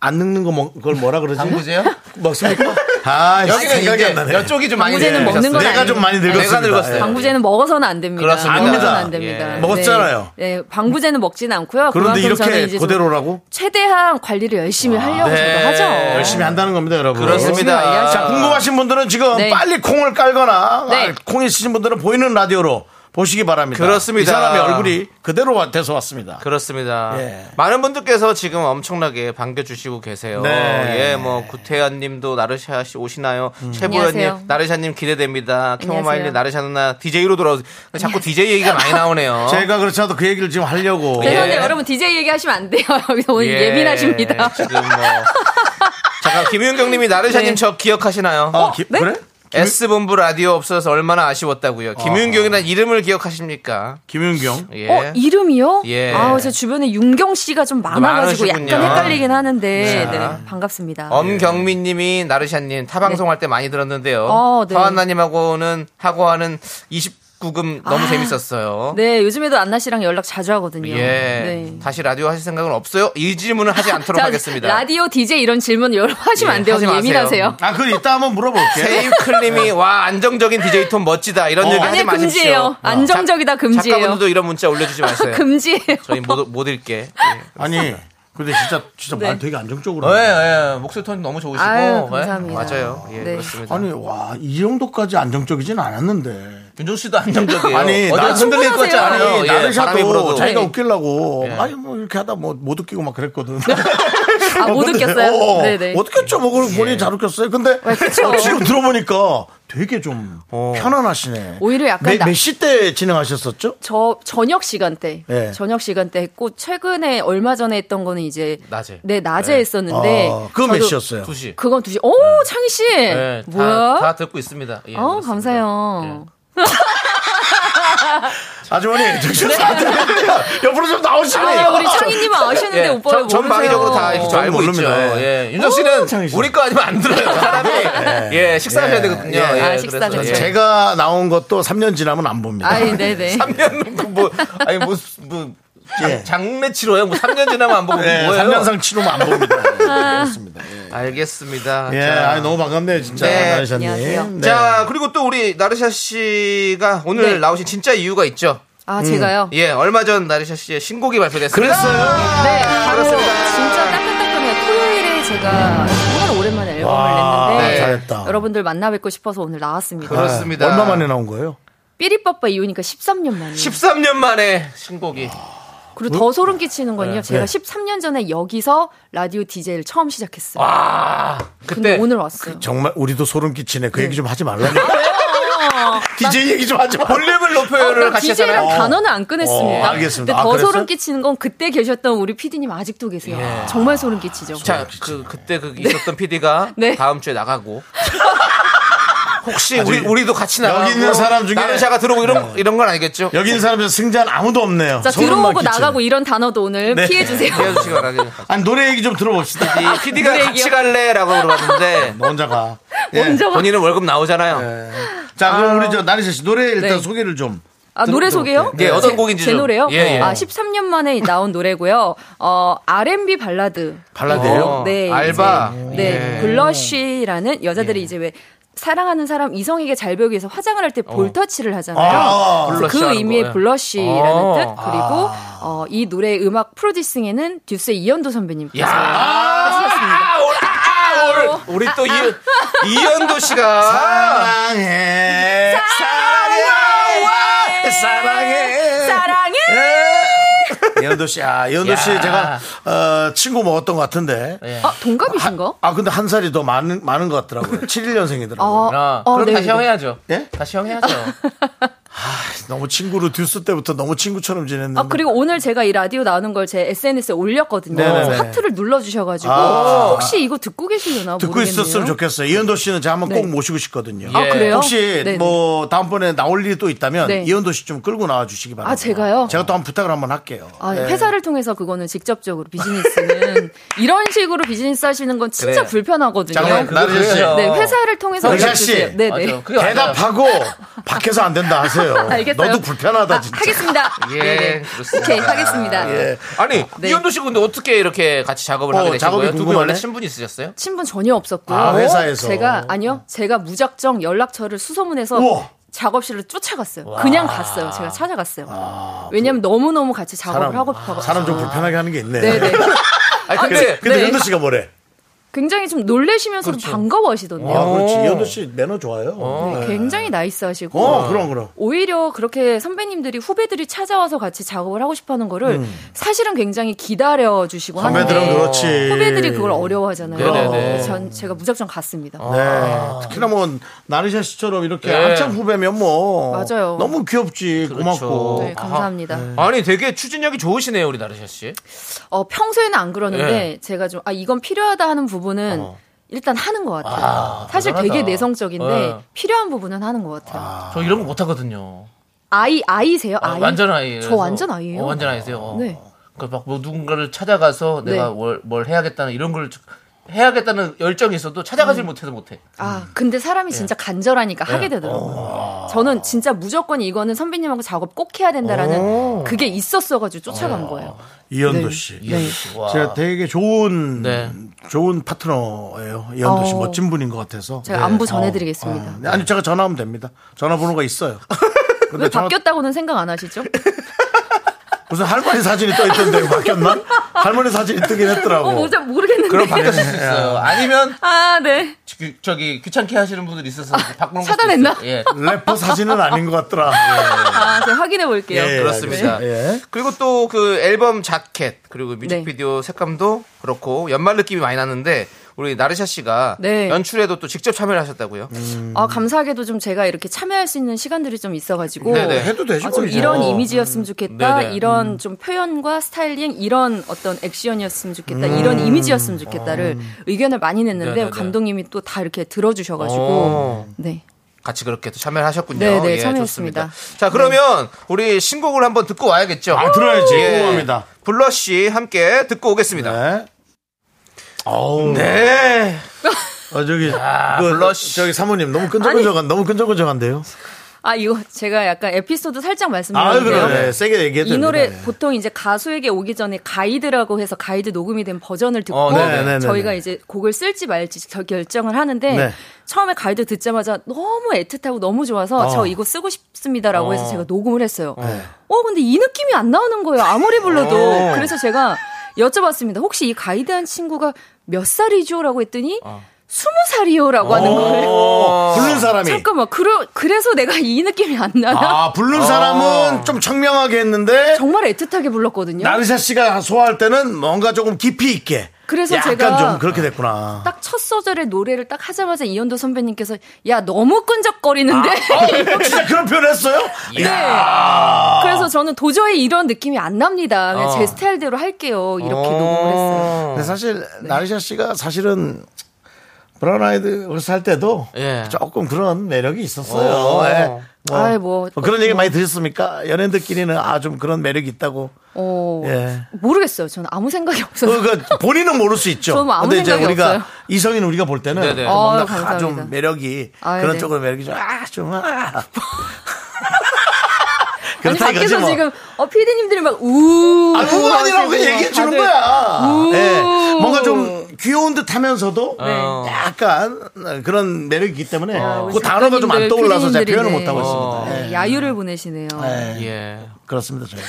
안 늙는 거 뭐, 그걸 뭐라 그러지? 당구제요? 먹습니까? 아 여기는 생각이 이제 안 나네. 여쪽이 좀 많이 당구제는 먹는 건 내가 좀 많이 늙었습니다. 내가 늙었어요. 예. 방부제는 먹어서는 안 됩니다. 그렇습니다. 먹어서는 아닙니다. 안 됩니다. 예. 먹었잖아요. 네, 네, 방부제는 먹진 않고요. 그런데 그만큼 저는 이렇게 이제 좀 그대로라고 최대한 관리를 아, 열심히 하려고 네. 저도 하죠. 열심히 한다는 겁니다, 여러분. 열심히 그렇습니다. 관리하죠. 자, 궁금하신 분들은 지금 네. 빨리 콩을 깔거나 네. 아, 콩이 있으신 분들은 보이는 라디오로 보시기 바랍니다. 그렇습니다. 이 사람의 얼굴이 그대로 와- 돼서 왔습니다. 그렇습니다. 예. 많은 분들께서 지금 엄청나게 반겨주시고 계세요. 네. 음. 예, 뭐, 구태현 님도 나르샤 씨 오시나요? 최보현 안녕하세요. 님, 나르샤 님 기대됩니다. 안녕하세요. 큐모마일리 나르샤 누나 DJ로 돌아오세요. 자꾸 DJ 얘기가 많이 나오네요. 제가 그렇지 않아도 그 얘기를 지금 하려고. 죄송한데 예. 여러분 DJ 얘기하시면 안 돼요. 여기서 오늘 예, 예민하십니다. 지금 뭐. 잠깐, 김윤경 님이 나르샤 네. 님 저 기억하시나요? 어, 기- 네? 그래? S본부 라디오 없어서 얼마나 아쉬웠다고요. 어, 김윤경이란 이름을 기억하십니까? 김윤경. 예. 어 이름이요? 예. 아우 제 주변에 윤경 씨가 좀 많아가지고 약간 많으시군요. 헷갈리긴 하는데 자. 네, 반갑습니다. 어? 엄경민님이 나르샤님 타방송 할 때 많이 들었는데요. 어, 네. 서한나님하고는 하고 하는 29금 너무 아, 재밌었어요. 네 요즘에도 안나 씨랑 연락 자주 하거든요. 예. 네. 다시 라디오 하실 생각은 없어요? 이 질문은 하지 않도록 자, 하겠습니다. 라디오 DJ 이런 질문 여러 하시면 예, 안 돼요. 하지 마세요. 예민하세요. 아, 그걸 이따 한번 물어볼게. 네. 세임클님이 와 안정적인 DJ 톤 멋지다 이런 어. 얘기 하지 네. 아니 마십시오. 금지예요. 안정적이다 금지예요. 작가분들도 이런 문자 올려주지 마세요. 금지예요. 저희 못, 못 읽게. 예. 아니, 근데 진짜, 진짜 말 되게 안정적으로. 예, 하네. 예. 목소리 톤 너무 좋으시고. 아유, 예. 감사합니다. 맞아요. 예, 네. 그렇습니다. 아니, 와, 이 정도까지 안정적이진 않았는데. 윤종 씨도 안정적이에요. 아니, 어디가 나- 흔들릴 것 같지 충분하세요. 않아요. 아니, 예, 바람이 나르샤도 불어도. 자기가 네. 웃기려고. 예. 아니, 뭐 이렇게 하다 뭐 못 웃기고 막 그랬거든. 아, 못 근데, 웃겼어요? 어, 어. 네네. 못 웃겼죠. 뭐, 그걸 본인이 예. 잘 웃겼어요. 근데 그쵸. 어. 어, 지금 들어보니까 되게 좀 편안하시네. 오히려 약간 몇, 나- 몇시 때 진행하셨었죠? 저 저녁 시간대, 네. 예. 저녁 시간대 했고 최근에 얼마 전에 했던 거는 이제 낮에. 네 낮에 네. 했었는데 아, 그건 몇 저도- 시였어요? 2시. 그건 두 시. 오 창희 씨, 예, 다- 뭐야? 아, 다, 듣고 있습니다. 예, 그렇습니다. 어 예. 감사해요. 아주머니, 정신 차려. 옆으로 좀 나오시네. 네. 아 우리 창희님은 예. 아시는데 오빠 전, 왜 전방위적으로 다 이렇게 좀 아, 저는 알고 모릅니다. 있죠. 예. 예. 윤정 씨는 창희 씨. 우리 거 아니면 안 들어요. 사람이 예, 식사하셔야 되거든요. 예. 예. 아, 그래서, 식사 예. 그렇죠. 제가 나온 것도 3년 지나면 안 봅니다. 아이 네네. 3년 그 뭐, 아니 뭐, 뭐 예. 장례 치러요. 뭐 3년 지나면 안 보고 예, 뭐예요? 3년상 치료면 안 봅니다. 예, 아. 그렇습니다. 예, 알겠습니다. 예 자. 아이, 너무 반갑네요, 진짜. 네. 나르샤님. 안녕하세요. 네. 자, 그리고 또 우리 나르샤 씨가 오늘 네. 나오신 진짜 이유가 있죠. 아 제가요. 예, 얼마 전 나르샤 씨의 신곡이 발표됐습니다. 그랬어요. 네, 바로 그렇습니다. 진짜 따끈따끈해요. 토요일에 제가 정말 오랜만에 앨범을 와, 냈는데 네. 아, 잘했다. 여러분들 만나 뵙고 싶어서 오늘 나왔습니다. 그렇- 그렇습니다. 아, 얼마 만에 나온 거예요? 삐리빠빠 이후니까 13년 만에. 13년 만에 신곡이. 음? 그리고 더 소름 끼치는 네. 건요. 제가 13년 전에 여기서 라디오 DJ를 처음 시작했어요. 와, 근데 아, 그때 오늘 왔어요. 정말 우리도 소름 끼치네. 그 얘기 좀 하지 말라고. 네. DJ 얘기 좀 하지 말라고. 볼륨을 높여요를 같이 DJ랑 했잖아요. 어, 단어는 안 꺼냈습니다. 어, 알겠습니다. 근데 아, 더 그랬어요? 소름 끼치는 건 그때 계셨던 우리 PD님 아직도 계세요. 정말 소름 끼치죠. 예. 자, 그 그때 그 있었던 PD가 네. 다음 주에 나가고. 혹시 우리 우리도 같이 나가고 여기 있는 사람 중에- 나르샤가 들어오고 이런 이런 건 아니겠죠? 여기 있는 사람 중 승자는 아무도 없네요. 자, 소름만 들어오고 끼치네. 나가고 이런 단어도 오늘 네. 피해주세요. 헤어지시기 바랍니다. 아니, 노래 얘기 좀 들어봅시다. 이 PD가 노래 같이 그 얘기요? 갈래라고 물어봤는데 너 혼자 가. 예. 먼저 봐. 본인은 월급 나오잖아요. 네. 자, 그럼 우리 저 나리샤 씨 노래 일단 아. 네. 소개를 좀. 아, 노래 소개요? 예, 어떤 곡인지 제 좀. 노래요? 예, 예. 아, 13년 만에 나온 노래고요. 어, R&B 발라드. 발라드예요? 어, 네. 알바. 이제, 네. 예. 블러쉬라는 여자들이 이제 왜 사랑하는 사람 이성에게 잘 배우기 위해서 화장을 할 때 어. 볼터치를 하잖아요. 아, 그래서 블러쉬 그 하는 의미의 거예요. 블러쉬라는 어. 아. 뜻 그리고 어, 이 노래의 음악 프로듀싱에는 듀스의 이현도 선배님께서 하셨습니다. 어. 아, 올, 아, 올. 우리 또 이, 이현도 씨가 사랑해. 사랑해. 사랑해. 사랑해. 연도 씨, 아, 연도 씨 야. 제가 어, 친구 먹었던 것 같은데. 아, 동갑이신가? 아, 근데 한 살이 더 많은 많은 것 같더라고요. 71년생이더라고요. 아, 어, 그럼 네, 다시 네. 형 해야죠. 예? 다시 형 해야죠. 너무 친구로 듀스 때부터 너무 친구처럼 지냈는데. 아, 그리고 오늘 제가 이 라디오 나오는 걸 제 SNS에 올렸거든요. 네네네. 그래서 하트를 눌러주셔가지고 아. 혹시 이거 듣고 계시려나 듣고 아, 모르겠네요. 있었으면 좋겠어요. 이현도 씨는 제가 한번 네. 꼭 모시고 싶거든요. 아 예. 그래요? 혹시 네네. 뭐 다음번에 나올 일이 또 있다면 네. 이현도 씨 좀 끌고 나와 주시기 바랍니다. 아, 제가요? 제가 또 한번 부탁을 한번 할게요. 예. 아, 네. 회사를 통해서 그거는 직접적으로 비즈니스는 이런 식으로 비즈니스 하시는 건 진짜 그래. 불편하거든요. 잠깐만, 어, 그거 나르샤 씨. 그래요. 네, 회사를 통해서 나르샤 연락주세요. 씨. 네네. 맞아요. 그게 맞아요. 대답하고 밖에서 안 된다 하세요. 알겠어요. 너도 불편하다 아, 진짜. 하겠습니다. 예, 네네. 그렇습니다. 오케이, 하겠습니다. 예. 아니, 네. 이현도 씨 근데 어, 어떻게 이렇게 같이 작업을 어, 하게 되신 작업이 거예요? 두분 궁금하네. 원래 친분 있으셨어요? 친분 전혀 없었고요. 아, 회사에서. 제가 아니요. 제가 무작정 연락처를 수소문해서 우와. 작업실로 쫓아갔어요. 그냥 갔어요. 제가 찾아갔어요. 왜냐면 그 너무너무 같이 아, 작업을 하고 싶어 사람 좀 불편하게 하는 게 있네. 네네. 아니, 근데 근데 네. 현도 씨가 뭐래? 굉장히 좀 놀래시면서도 그렇죠. 반가워하시던데요. 아, 그렇지. 오. 여두 씨 매너 좋아요. 어, 네, 굉장히 나이스하시고 그럼, 그럼. 오히려 그렇게 선배님들이 후배들이 찾아와서 같이 작업을 하고 싶어하는 거를 사실은 굉장히 기다려 주시고 음. 선배들은 그렇죠. 하는데 그렇지. 후배들이 그걸 어려워하잖아요. 어, 네네네. 어. 그래서 전 제가 무작정 갔습니다. 네. 특히나 뭐, 나르샤 씨처럼 이렇게 네. 한참 후배면 뭐. 맞아요. 너무 귀엽지. 그렇죠. 고맙고. 네, 감사합니다. 아니 되게 추진력이 좋으시네요 우리 나르샤 씨. 어, 평소에는 안 그러는데 네. 어. 제가 좀 아 이건 필요하다 하는 부분은 일단 하는 것 같아요. 사실 대단하다. 되게 내성적인데 네. 필요한 부분은 하는 것 같아요. 저 이런 거 못하거든요. 아. 이 아이세요? 아, 아이? 완전 아이예요. 저 완전 아이예요. 어, 완전 아이세요. 어. 네. 그러니까 막뭐 누군가를 찾아가서 네. 내가 뭘, 뭘 해야겠다는 이런 걸 해야겠다는 열정이 있어도 찾아가질 못해서 못해. 아, 근데 사람이 예. 진짜 간절하니까 하게 어. 되더라고요. 저는 진짜 무조건 이거는 선배님하고 작업 꼭 해야 어. 된다라는 그게 있었어가지고 쫓아간 거예요. 이현도 네. 씨. 네. 와. 제가 되게 좋은 네. 좋은 파트너예요. 이현도 씨 어. 멋진 분인 것 같아서. 제가 안부 전해드리겠습니다. 어. 아니 제가 전화하면 됩니다. 전화번호가 있어요. 근데 왜 전화- 바뀌었다고는 생각 안 하시죠? 무슨 할머니 사진이 떠 있던데 바뀌었나? 할머니 사진이 뜨긴 했더라고. 어, 모자 모르겠는데. 그럼 바뀌었을 수 있어요. 아니면 아, 네. 그- 저기 귀찮게 하시는 분들 있어서 바꾸는 것도 아, 차단했나? 있어요. 예. 래퍼 사진은 아닌 것 같더라. 아, 제가 확인해 볼게요. 예, 그렇습니다. 예. 그리고 또 그 앨범 자켓 그리고 뮤직비디오 네. 색감도 그렇고 연말 느낌이 많이 나는데 우리 나르샤 씨가 네. 연출에도 또 직접 참여를 하셨다고요. 음. 음. 아, 감사하게도 좀 제가 이렇게 참여할 수 있는 시간들이 좀 있어가지고. 네네. 해도 되지 아, 좀 뭐 이제. 이런 이미지였으면 좋겠다. 어. 음. 네네. 음. 이런 좀 표현과 스타일링, 이런 어떤 액션이었으면 좋겠다. 이런 이미지였으면 좋겠다를 의견을 많이 냈는데 음. 어. 네네네. 감독님이 또 다 이렇게 들어주셔가지고. 어. 네. 같이 그렇게 또 참여를 하셨군요. 네네, 예, 참여했습니다. 네. 좋습니다. 자, 그러면 우리 신곡을 한번 듣고 와야겠죠. 예. 아 들어야지. 궁금합니다. 블러쉬 함께 듣고 오겠습니다. 네. 어우. 네. 아, 저기 그, 블러쉬. 저기 사모님 너무 끈적끈적한 너무 끈적끈적한데요. 아, 이거 제가 약간 에피소드 살짝 아 말씀드렸는데요. 그래. 세게 얘기해도 이 노래 됩니다. 네. 보통 이제 가수에게 오기 전에 가이드라고 해서 가이드 녹음이 된 버전을 듣고 어, 네네네네. 저희가 이제 곡을 쓸지 말지 결- 결정을 하는데 네. 처음에 가이드 듣자마자 너무 애틋하고 너무 좋아서 저 이거 쓰고 싶습니다라고 해서 제가 녹음을 했어요. 어 근데 이 느낌이 안 나오는 거예요. 아무리 불러도 그래서 제가 여쭤봤습니다. 혹시 이 가이드한 친구가 몇 살이죠라고 했더니 스무 살이요라고 하는 거예요. 어, 부른 사람이 잠깐만 그러, 그래서 내가 이 느낌이 안 나나 아 부른 사람은 좀 청명하게 했는데 정말 애틋하게 불렀거든요. 나르샤 씨가 소화할 때는 뭔가 조금 깊이 있게. 그래서 약간 제가- 좀 그렇게 됐구나. 딱 첫 소절의 노래를 딱 하자마자 이현도 선배님께서 야 너무 끈적거리는데 아, 어. 진짜 그런 표현 했어요? 네. 그래서 저는 도저히 이런 느낌이 안 납니다. 그냥 어. 제 스타일대로 할게요. 이렇게 녹음을 했어요. 네. 근데 사실 나르샤 씨가 사실은 브라운 아이드 살 때도 예. 조금 그런 매력이 있었어요. 어. 예. 뭐, 아이, 뭐. 뭐 그런 얘기 많이 들으셨습니까? 연예인들끼리는 아 좀 그런 매력이 있다고. 어, 예. 모르겠어요. 저는 아무 생각이 없어서. 그러니까 본인은 모를 수 있죠. 저는 아무 근데 이제 생각이 우리가 없어요. 이성인 우리가 볼 때는 네네. 뭔가 아유, 다 감사합니다. 좀 매력이 아유, 그런 네. 쪽으로 매력이 좀 아 좀 아. 아니 그렇다 이거지 밖에서 뭐. 지금 어 피디님들이 막우 아, 네. 아, 그거 아니라고 그냥 얘기해 주는 거야. 우. 네. 예. 뭔가 좀 귀여운 듯 하면서도 어. 약간 그런 매력이기 때문에 아, 그 단어가 좀 안 떠올라서 제가 표현을 못 하고 있습니다. 예. 어, 야유를 보내시네요. 예. 그렇습니다, 저희.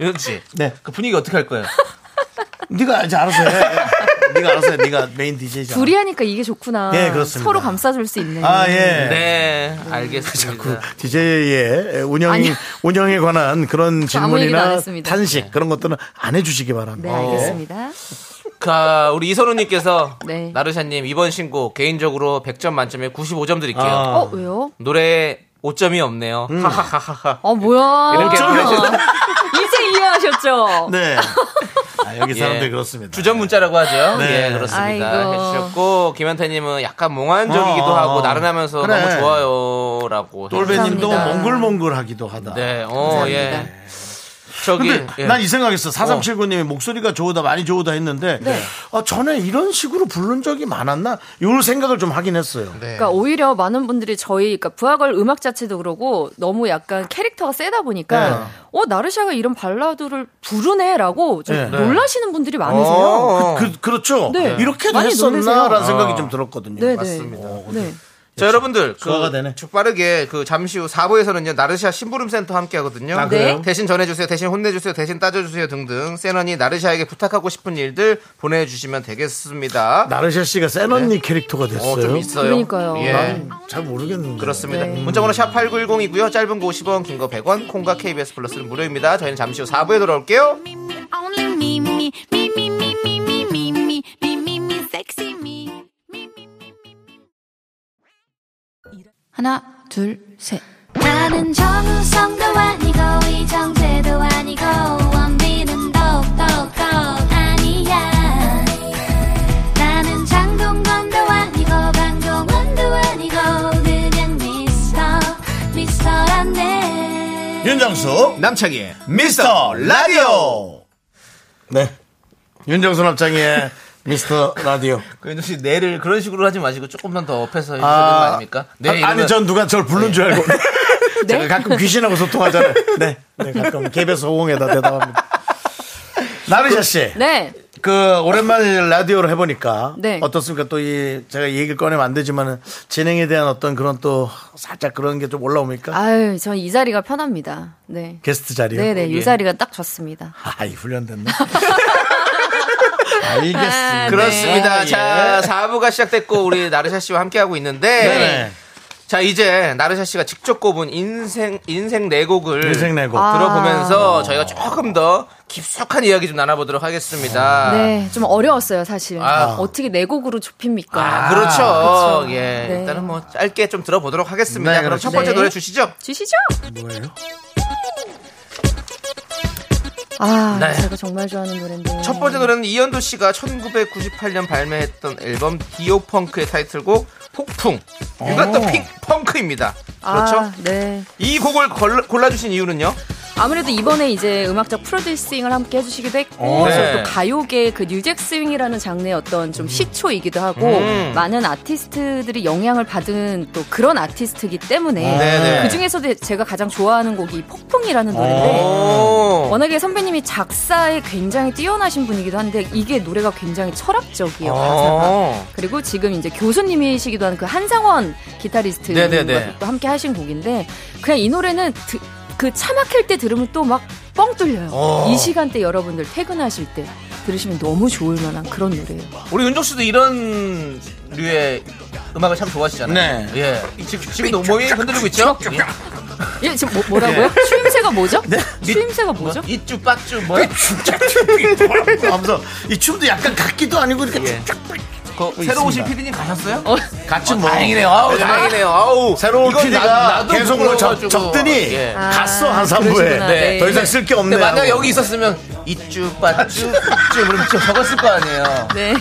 윤 씨. 네. 그 분위기 어떻게 할 거예요? 네가 이제 알아서 해. 네가 알아서 해. 네가 메인 DJ잖아. 둘이 하니까 이게 좋구나. 예, 그렇습니다. 서로 감싸줄 수 있네. 아, 예. 네. 알겠습니다. DJ의 운영이, 아니요. 운영에 관한 그런 저 아무 얘기도 안 질문이나 했습니다. 탄식 그런 것들은 안 해주시기 바랍니다. 네, 알겠습니다. 자, 우리 이선우님께서 네. 나르샤님 이번 신곡 개인적으로 100점 만점에 95점 드릴게요. 아. 음. 어, 왜요? 노래에 5점이 없네요. 하하하하. 어 뭐야? 이렇게 보내주세요. 이제 이해하셨죠? 네. 아, 여기 예. 사람들 이 그렇습니다. 예. 주전 문자라고 하죠. 네. 예, 그렇습니다. 아이고. 해주셨고 김현태님은 약간 몽환적이기도 어, 어. 하고 나른하면서 그래. 너무 좋아요라고. 똘배님도 감사합니다. 몽글몽글하기도 하다. 해주셨- 네, 어 예. 저기 근데 예. 난 이 생각했어. 4379님이 목소리가 좋으다, 많이 좋으다 했는데, 아, 전에 이런 식으로 부른 적이 많았나? 이런 생각을 좀 하긴 했어요. 그러니까 오히려 많은 분들이 저희 그러니까 부하걸 음악 자체도 그러고 너무 약간 캐릭터가 세다 보니까 네. 어 나르샤가 이런 발라드를 부르네라고 좀 네. 놀라시는 분들이 많으세요. 어, 그, 그렇죠. 네. 이렇게도 많이 했었나라는 놀라세요. 생각이 좀 들었거든요. 네네. 맞습니다. 네. 자 여러분들 소화가 되네. 쭉 빠르게 그 잠시 후 4부에서는요 나르샤 심부름 센터 함께 하거든요. 아, 그래요? 네. 대신 전해주세요, 대신 혼내주세요, 대신 따져주세요 등등 세넌이 나르샤에게 부탁하고 싶은 일들 보내주시면 되겠습니다. 나르샤 씨가 센 언니 캐릭터가 됐어요. 아, 네. 어, 좀 있어요. 그러니까요. 아. 예. 잘 모르겠는데. 그렇습니다. 문자번호 샵 8910이고요. 짧은 거 50원, 긴 거 100원, 콩과 KBS 플러스는 무료입니다. 저희는 잠시 후 4부에 돌아올게요. Only me, me, me, me, me, me, me, me, me, me, me, me, sexy me. 하나, 둘, 셋. 나는 정우성도 아니고 이정재도 아니고 원빈은 더욱더 아니야 나는 장동건도 아니고 방종원도 아니고 그냥 미스터 미스터란데 윤정수 남창희의 미스터 라디오. 네. 윤정수 남창의 미스터 라디오. 그 윤정 씨 내를 그런 식으로 하지 마시고 조금만 더 업해서 해주시는 거 아, 아닙니까? 네, 아, 아니 이러면- 전 누가 저를 부른 줄 알고. 제가 가끔 귀신하고 소통하잖아요. 네. 네, 가끔 개별 호응에다 대답합니다. 나르샤 씨. 네. 그 오랜만에 라디오를 해보니까 네. 어떻습니까? 또 이 제가 이 얘기를 꺼내면 안 되지만 진행에 대한 어떤 그런 또 살짝 그런 게 좀 올라옵니까? 아유, 전 이 자리가 편합니다. 네. 게스트 자리요. 네네, 예. 이 자리가 딱 좋습니다. 아이 훈련됐네. 알겠습니다. 아, 그렇습니다. 예. 자, 4부가 시작됐고 우리 나르샤 씨와 함께 하고 있는데 네네. 자, 이제 나르샤 씨가 직접 꼽은 인생 인생 네 곡을 인생 내고 아. 들어보면서 저희가 조금 더 깊숙한 이야기 좀 나눠보도록 하겠습니다. 아. 네, 좀 어려웠어요, 사실. 아. 어떻게 내 곡으로 좁힙니까? 아, 그렇죠. 그렇죠. 예. 네. 일단은 뭐 짧게 좀 들어보도록 하겠습니다. 네, 그럼 그렇죠. 첫 번째 네. 노래 주시죠. 주시죠. 아, 네. 제가 정말 좋아하는 노래인데. 첫 번째 노래는 이현도 씨가 1998년 발매했던 앨범 디오펑크의 타이틀곡 폭풍. 유가 또 핑펑크입니다. 그렇죠? 아, 네. 이 곡을 골라- 골라주신 이유는요? 아무래도 이번에 이제 음악적 프로듀싱을 함께 해주시기도 했고 네. 그래서 또 가요계 그 뉴잭스윙이라는 장르의 어떤 좀 시초이기도 하고 음. 많은 아티스트들이 영향을 받은 또 그런 아티스트이기 때문에 네네. 어. 그 중에서도 제가 가장 좋아하는 곡이 이 폭풍이라는 아. 노래인데 오. 워낙에 선배님이 작사에 굉장히 뛰어나신 분이기도 한데 이게 노래가 굉장히 철학적이에요 가사가. 어. 그리고 지금 이제 교수님이시기도 한 그 한상원 네네네. 기타리스트님과 또 함께 하신 곡인데 그냥 이 노래는 드- 그 차 막힐 때 들으면 또 막 뻥 뚫려요. 어. 이 시간대 여러분들 퇴근하실 때 들으시면 너무 좋을 만한 그런 노래예요. 우리 윤종 씨도 이런 류의 음악을 참 좋아하시잖아요. 네. 예. 이 지금 지금도 몸이 흔들리고 있죠? 예, 지금 뭐, 라고요 네. 추임새가 뭐죠? 추임새가 뭐죠? 이쭈 빠쭈 뭐야? 아, 하면서 이 춤도 약간 같기도 아니고 이렇게 예. 쫙쫙 그 새로 오신 있습니다. 피디님 가셨어요? 같이 뭐 다행이네요. 아우, 다행이네요. 아우. 새로운 이건 나- PD가 나도 계속 그걸 적, 부끄러워가지고. 적더니 예. 갔어 아, 한 3부에 그러시구나. 네. 더 이상 쓸 게 없네 근데 만약 하고. 여기 있었으면 이쭈 빠쭈 이쭈 그럼 지금 적었을 거 아니에요. 네.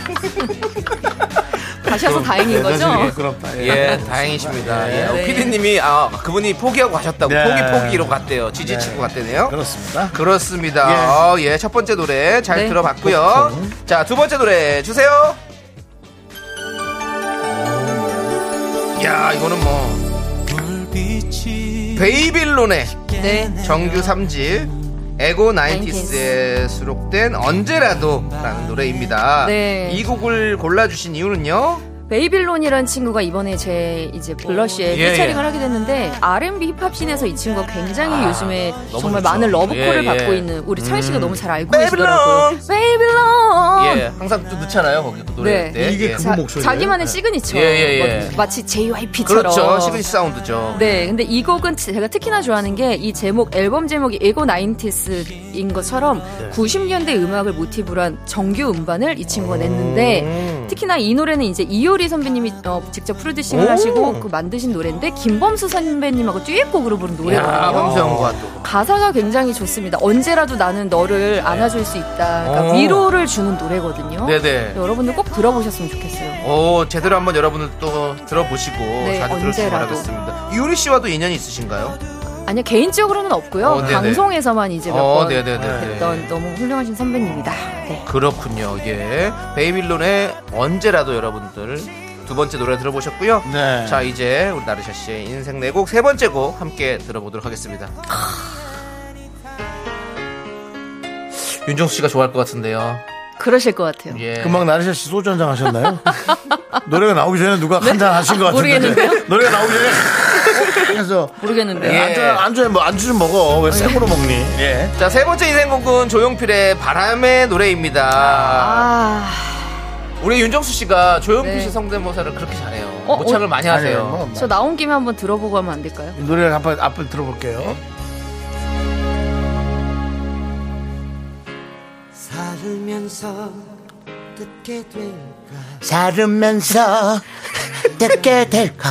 다시 와서 네, 다행인 거죠? 나중에 그렇다 예. 예, 다행이십니다. 예. 네. 피디님이 아 그분이 포기하고 가셨다고 네. 포기 포기로 갔대요. 지지치고 갔대네요. 그렇습니다 그렇습니다. 예. 어, 예, 첫 번째 노래 잘 네. 들어봤고요. 자, 두 번째 노래 주세요. 야, 이거는 뭐 베이빌론의 네. 정규 3집 에고 나인티스에 수록된 언제라도라는 노래입니다. 네. 이 곡을 골라주신 이유는요? 베이빌론이라는 친구가 이번에 제 이제 블러쉬에 예, 피처링을 예. 아, 하게 됐는데 R&B 힙합씬에서 이 친구가 굉장히 요즘에 정말 좋죠. 많은 러브콜을 예, 받고 예. 있는 우리 철 씨가 너무 잘 알고 Babylon. 계시더라고요. 베이빌론. 예, 항상 좀 늦잖아요 거기 그 노래 어. 네. 때. 이게 예. 그 목소리예요? 자기만의 시그니처. 예, 예, 예. 뭐 마치 JYP처럼. 그렇죠 시그니 사운드죠. 네, 근데 이 곡은 제가 특히나 좋아하는 게 이 제목 앨범 제목이 에고 나인티스인 것처럼 네. 90년대 음악을 모티브로 한 정규 음반을 이 친구가 냈는데 특히나 이 노래는 이제 이효리 선배님이 어, 직접 프로듀싱을 오. 하시고 그 만드신 노래인데 김범수 선배님하고 듀엣곡으로 부른 야, 노래거든요. 황수영과 어. 또. 가사가 굉장히 좋습니다. 언제라도 나는 너를 안아줄 수 있다. 그러니까 오. 위로를 주는 노래거든요. 어. 네네. 여러분들 꼭 들어보셨으면 좋겠어요. 오 제대로 한번 여러분들 또 들어보시고 네, 자주 들으시기 언제라도. 바라겠습니다. 유리 씨와도 인연이 있으신가요? 아니요 개인적으로는 없고요. 어, 네네. 방송에서만 이제 몇 어, 번 네네네. 했던 너무 훌륭하신 선배님이다. 네. 그렇군요. 예, 베이밀론의 언제라도 여러분들 두 번째 노래 들어보셨고요. 네. 자 이제 우리 나르샤 씨의 인생 네 내곡 세 번째 곡 함께 들어보도록 하겠습니다. 윤정수 씨가 좋아할 것 같은데요. 그러실 것 같아요. 예. 금방 나르샤 씨 소주 한 잔 하셨나요? 노래가 나오기 전에 누가 한 잔 하신 것 같은데. 네? 모르겠는데요? 노래가 나오기 전에 그래서 예. 모르겠는데요. 안주 안주에 뭐 안주 좀 먹어. 아, 왜 생으로 먹니? 예. 자, 세 번째 인생곡은 조용필의 바람의 노래입니다. 아, 우리 윤정수 씨가 조용필 네. 씨 성대모사를 그렇게 잘해요. 어, 모창을 많이 하세요. 아니요, 뭐, 저 나온 김에 한번 들어보고 하면 안 될까요? 이 노래를 한번 앞을 들어볼게요. 살으면서 듣게 될까?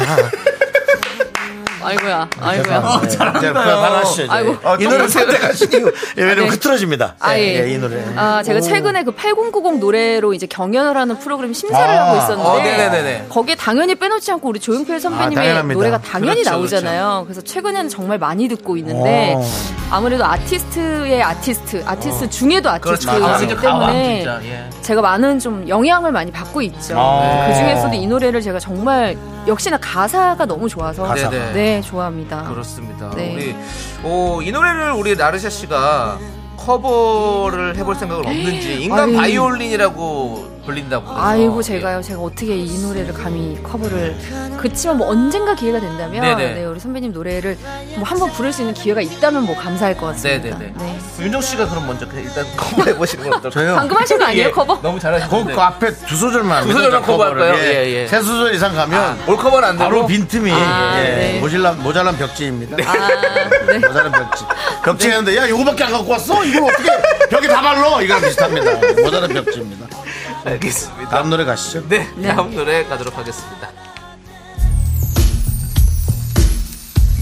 아이고야, 어, 아이고야. 잘한다. 반하시죠. 이제. 아이고. 이 노래 선택하신 이유. 예, 왜냐면 네. 흐트러집니다. 아, 예, 예. 예, 이 노래. 아, 제가 최근에 그 8090 노래로 이제 경연을 하는 프로그램 심사를 아, 하고 어, 있었는데 네네네. 아, 거기에 당연히 빼놓지 않고 우리 조용필 선배님의 당연합니다. 노래가 당연히 그렇죠, 나오잖아요. 그래서 최근에는 정말 많이 듣고 있는데 어. 오. 아무래도 아티스트의 아티스트, 아티스트 중에도 아티스트이기 그렇죠. 가왕이죠, 가왕, 때문에 진짜. 예. 제가 많은 좀 영향을 많이 받고 있죠. 아. 그 중에서도 네. 이 노래를 제가 정말 역시나 가사가 너무 좋아서 가사. 네네. 네 좋아합니다. 그렇습니다. 네. 우리 오, 이 노래를 우리 나르샤 씨가 커버를 해볼 생각은 없는지 인간 네. 아유. 바이올린이라고 불린다고. 그래서. 아이고 예. 제가요 제가 어떻게 이 노래를 감히 커버를 그치만 뭐 언젠가 기회가 된다면 네네. 네, 우리 선배님 노래를 뭐 한번 부를 수 있는 기회가 있다면 뭐 감사할 것 같습니다. 네네네. 네. 예. 윤정 씨가 그럼 먼저 그냥 일단 커버 해보시는 건 어떨까요? 저요? 방금 하신 거 아니에요 예, 커버? 너무 그, 잘하시는데. 그 앞에 두 소절만. 두 소절만 커버를. 커버할까요? 예, 네. 예. 세 소절 이상 가면 올 커버는 안 되고. 바로 빈틈이 아, 예, 네. 모질란 모자란 벽지입니다. 아, 네. 모자란 벽지. 벽지 네. 했는데 야 이거밖에 안 갖고 왔어? 이걸 어떻게 벽에 다 발라? 이거랑 비슷합니다. 모자란 벽지입니다. 알겠습니다. 다음 노래 가시죠. 네, 다음 노래 가도록 하겠습니다.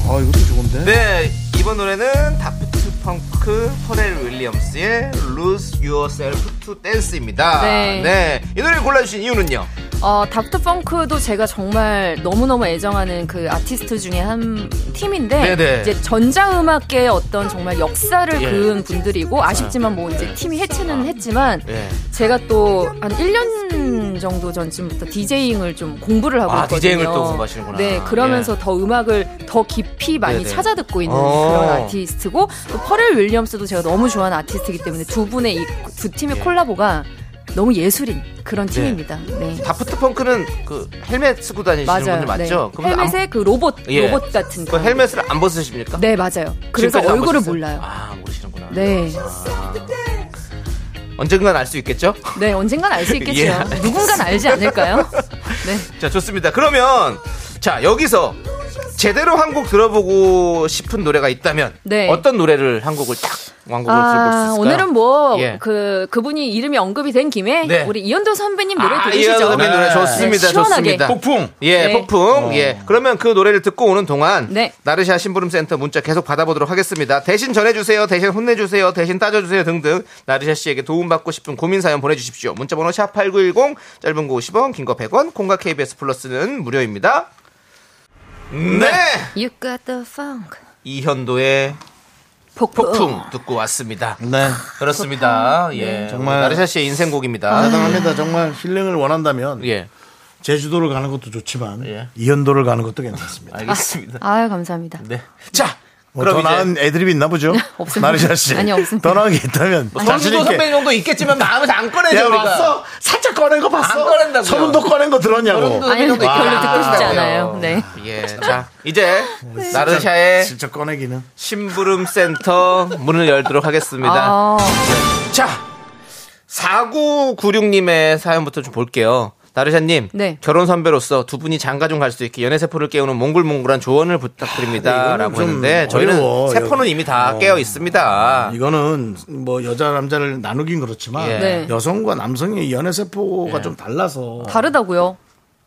아 이것도 좋은데. 네, 이번 노래는 다프트 펑크 퍼렐 윌리엄스의 Lose Yourself to Dance입니다. 네. 이 노래를 골라주신 이유는요? 어, 닥터 펑크도 제가 정말 너무너무 애정하는 그 아티스트 중에 한 팀인데 네네. 이제 전자음악계의 어떤 정말 역사를 예. 그은 분들이고 아쉽지만 뭐 이제 팀이 해체는 했지만 예. 제가 또 한 1년 정도 전쯤부터 디제잉을 좀 공부를 하고 아, 있거든요. 디제잉을 또 공부하시는구나. 예. 네, 그러면서 더 음악을 더 깊이 많이 네네. 찾아 듣고 있는 어. 그런 아티스트고 또 퍼렐 윌리엄스도 제가 너무 좋아하는 아티스트이기 때문에 두 분의 이 두 팀의 예. 콜라보가 너무 예술인 그런 팀입니다. 네. 다프트 펑크는 그 헬멧 쓰고 다니시는 맞아요. 분들 맞죠? 네. 헬멧에 그 로봇 예. 로봇 같은 안, 그 헬멧을 안 벗으십니까? 네, 맞아요. 그래서 지금까지 안 얼굴을 벗으셨어요? 몰라요. 아, 모르시는구나. 네. 언젠간 알 수 있겠죠? 네, 언젠간 알 수 있겠죠. 예. 누군간 알지 않을까요? 네. 자, 좋습니다. 그러면 자, 여기서 제대로 한 곡 들어보고 싶은 노래가 있다면 네. 어떤 노래를 한 곡을 딱 완곡을 들어볼 수 아, 있을까요? 오늘은 뭐, 예. 그, 그분이 이름이 언급이 된 김에, 네. 우리 이현도 선배님 노래 아, 들으시죠. 이현도 선배 노래 네. 좋습니다. 네, 시원하게. 좋습니다. 폭풍. 어. 예, 네. 폭풍. 예. 그러면 그 노래를 듣고 오는 동안 네. 나르샤 심부름 센터 문자 계속 받아보도록 하겠습니다. 대신 전해 주세요. 대신 혼내 주세요. 대신 따져 주세요 등등 나르샤 씨에게 도움받고 싶은 고민 사연 보내 주십시오. 문자 번호 샵8910 짧은 거 50원, 긴 거 100원. 콩과 KBS 플러스는 무료입니다. 네. You got the funk. 이현도의 폭풍. 폭풍 듣고 왔습니다. 네. 그렇습니다. 예. 정말. 나르샤 씨의 인생곡입니다. 아. 대단합니다. 정말 힐링을 원한다면 예. 제주도를 가는 것도 좋지만 예. 이현도를 가는 것도 괜찮습니다. 알겠습니다. 아유, 감사합니다. 네. 자, 뭐더 그럼 이제 나은 애드립이 있나 보죠? 없습니다. 나르샤 씨. 아니, 없습니다. 더 나은 게 있다면 뭐 자신 선수도 있게. 선배님 정도 있겠지만 마음에서 안 꺼내죠 야 우리가. 봤어? 살짝 꺼낸 거 봤어? 안 꺼낸다고요. 서른도 꺼낸 거 들었냐고. 선수도 선배님 아니, 정도 있겠지만 별로 네. 듣고 마음에서 싶지 않아요. 안 네. 꺼내죠. 예, 자 이제 나르샤의 진짜 꺼내기는. 심부름 센터 문을 열도록 하겠습니다. 아, 자 4996님의 사연부터 좀 볼게요. 나르샤님, 네. 결혼 선배로서 두 분이 장가 좀 갈 수 있게 연애 세포를 깨우는 몽글몽글한 조언을 부탁드립니다. 아, 네, 이거는 라고 좀 했는데 저희는 어려워. 세포는 이미 다 어. 깨어 있습니다. 이거는 뭐 여자 남자를 나누긴 그렇지만 예. 네. 여성과 남성의 연애 세포가 좀 달라서 아, 다르다고요.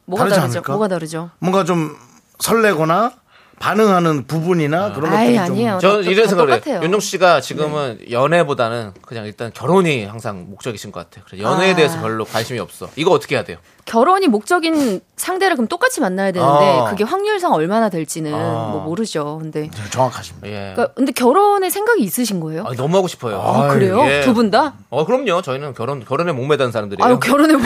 뭐가 다르지 다르죠? 않을까? 뭐가 다르죠? 뭔가 좀 설레거나 반응하는 부분이나 그런 것들이 아이, 좀 아니에요. 저 다- 이런 어, 다 생각을 해요. 똑같아요. 네. 윤정수 씨가 지금은 연애보다는 그냥 일단 결혼이 항상 목적이신 것 같아요. 그래서 연애에 아. 대해서 별로 관심이 없어. 이거 어떻게 해야 돼요? 결혼이 목적인 상대를 그럼 똑같이 만나야 되는데 아. 그게 확률상 얼마나 될지는 아. 뭐 모르죠. 근데 네, 정확하십니다. 예. 그러니까 근데 결혼에 생각이 있으신 거예요? 아, 너무 하고 싶어요. 아, 그래요? 예. 두 분 다? 어, 그럼요. 저희는 결혼 결혼에 목매단 사람들이에요. 아유 결혼에 목,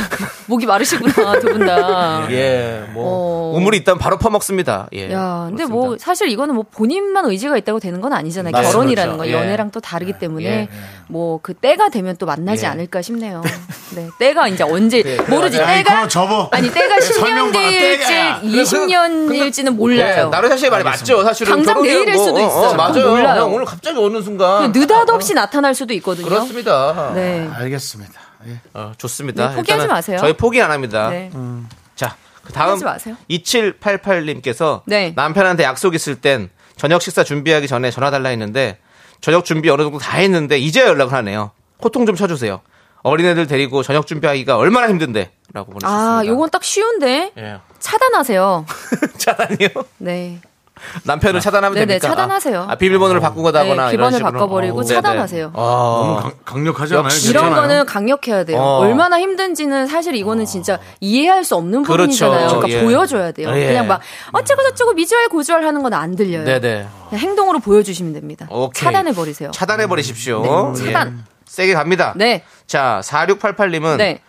목이 마르시구나 두 분 다. 예, 뭐 어. 우물이 있다면 바로 퍼먹습니다. 예. 야, 근데 그렇습니다. 뭐 사실 이거는 뭐 본인만 의지가 있다고 되는 건 아니잖아요. 맞아요. 결혼이라는 그렇죠. 건 예. 연애랑 또 다르기 때문에 예. 뭐 그 때가 되면 또 만나지 예. 않을까 싶네요. 네, 때가 이제 언제 네, 때가 모르지. 아니, 때가 그거 접어. 아니 때가 설명 10년 봐라, 뒤일지 때가야. 근데- 20년일지는 네, 몰라요. 나로 사실 말이 맞죠. 사실은 당장 결혼이란 내일일 거, 수도 어, 어, 있어요. 맞아요. 몰라요. 그냥 오늘 갑자기 어느 순간 그냥 느닷없이 나타날 수도 있거든요. 어. 그렇습니다. 네. 알겠습니다. 예. 어, 좋습니다. 네, 포기하지 일단은 마세요. 저희 포기 안 합니다. 네. 자, 그 다음 포기하지 마세요. 2788님께서 네. 남편한테 약속 있을 땐 저녁 식사 준비하기 전에 전화 달라 했는데 저녁 준비 어느 정도 다 했는데 이제야 연락을 하네요. 호통 좀 쳐주세요. 어린애들 데리고 저녁 준비하기가 얼마나 힘든데라고 보내셨습니다. 아, 요건 딱 쉬운데 예. 차단하세요. 차단이요? 네. 남편을 차단하면 네네, 됩니까? 차단하세요. 아, 아, 비밀번호를 바꾸거나 네, 이런 기본을 식으로. 바꿔버리고 어. 차단하세요. 네네. 아, 너무 강, 강력하지 않아요? 역시. 이런 괜찮아요? 거는 강력해야 돼요. 어. 얼마나 힘든지는 사실 이거는 진짜 이해할 수 없는 그렇죠. 부분이잖아요. 그러니까 예. 보여줘야 돼요. 예. 그냥 막 어쩌고 저쩌고 미주알 고주알 하는 건 안 들려요. 네네. 그냥 행동으로 보여주시면 됩니다. 오케이. 차단해 버리세요. 차단해 버리십시오. 예. 네, 차단. 세게 갑니다. 네, 자, 4688님은 네.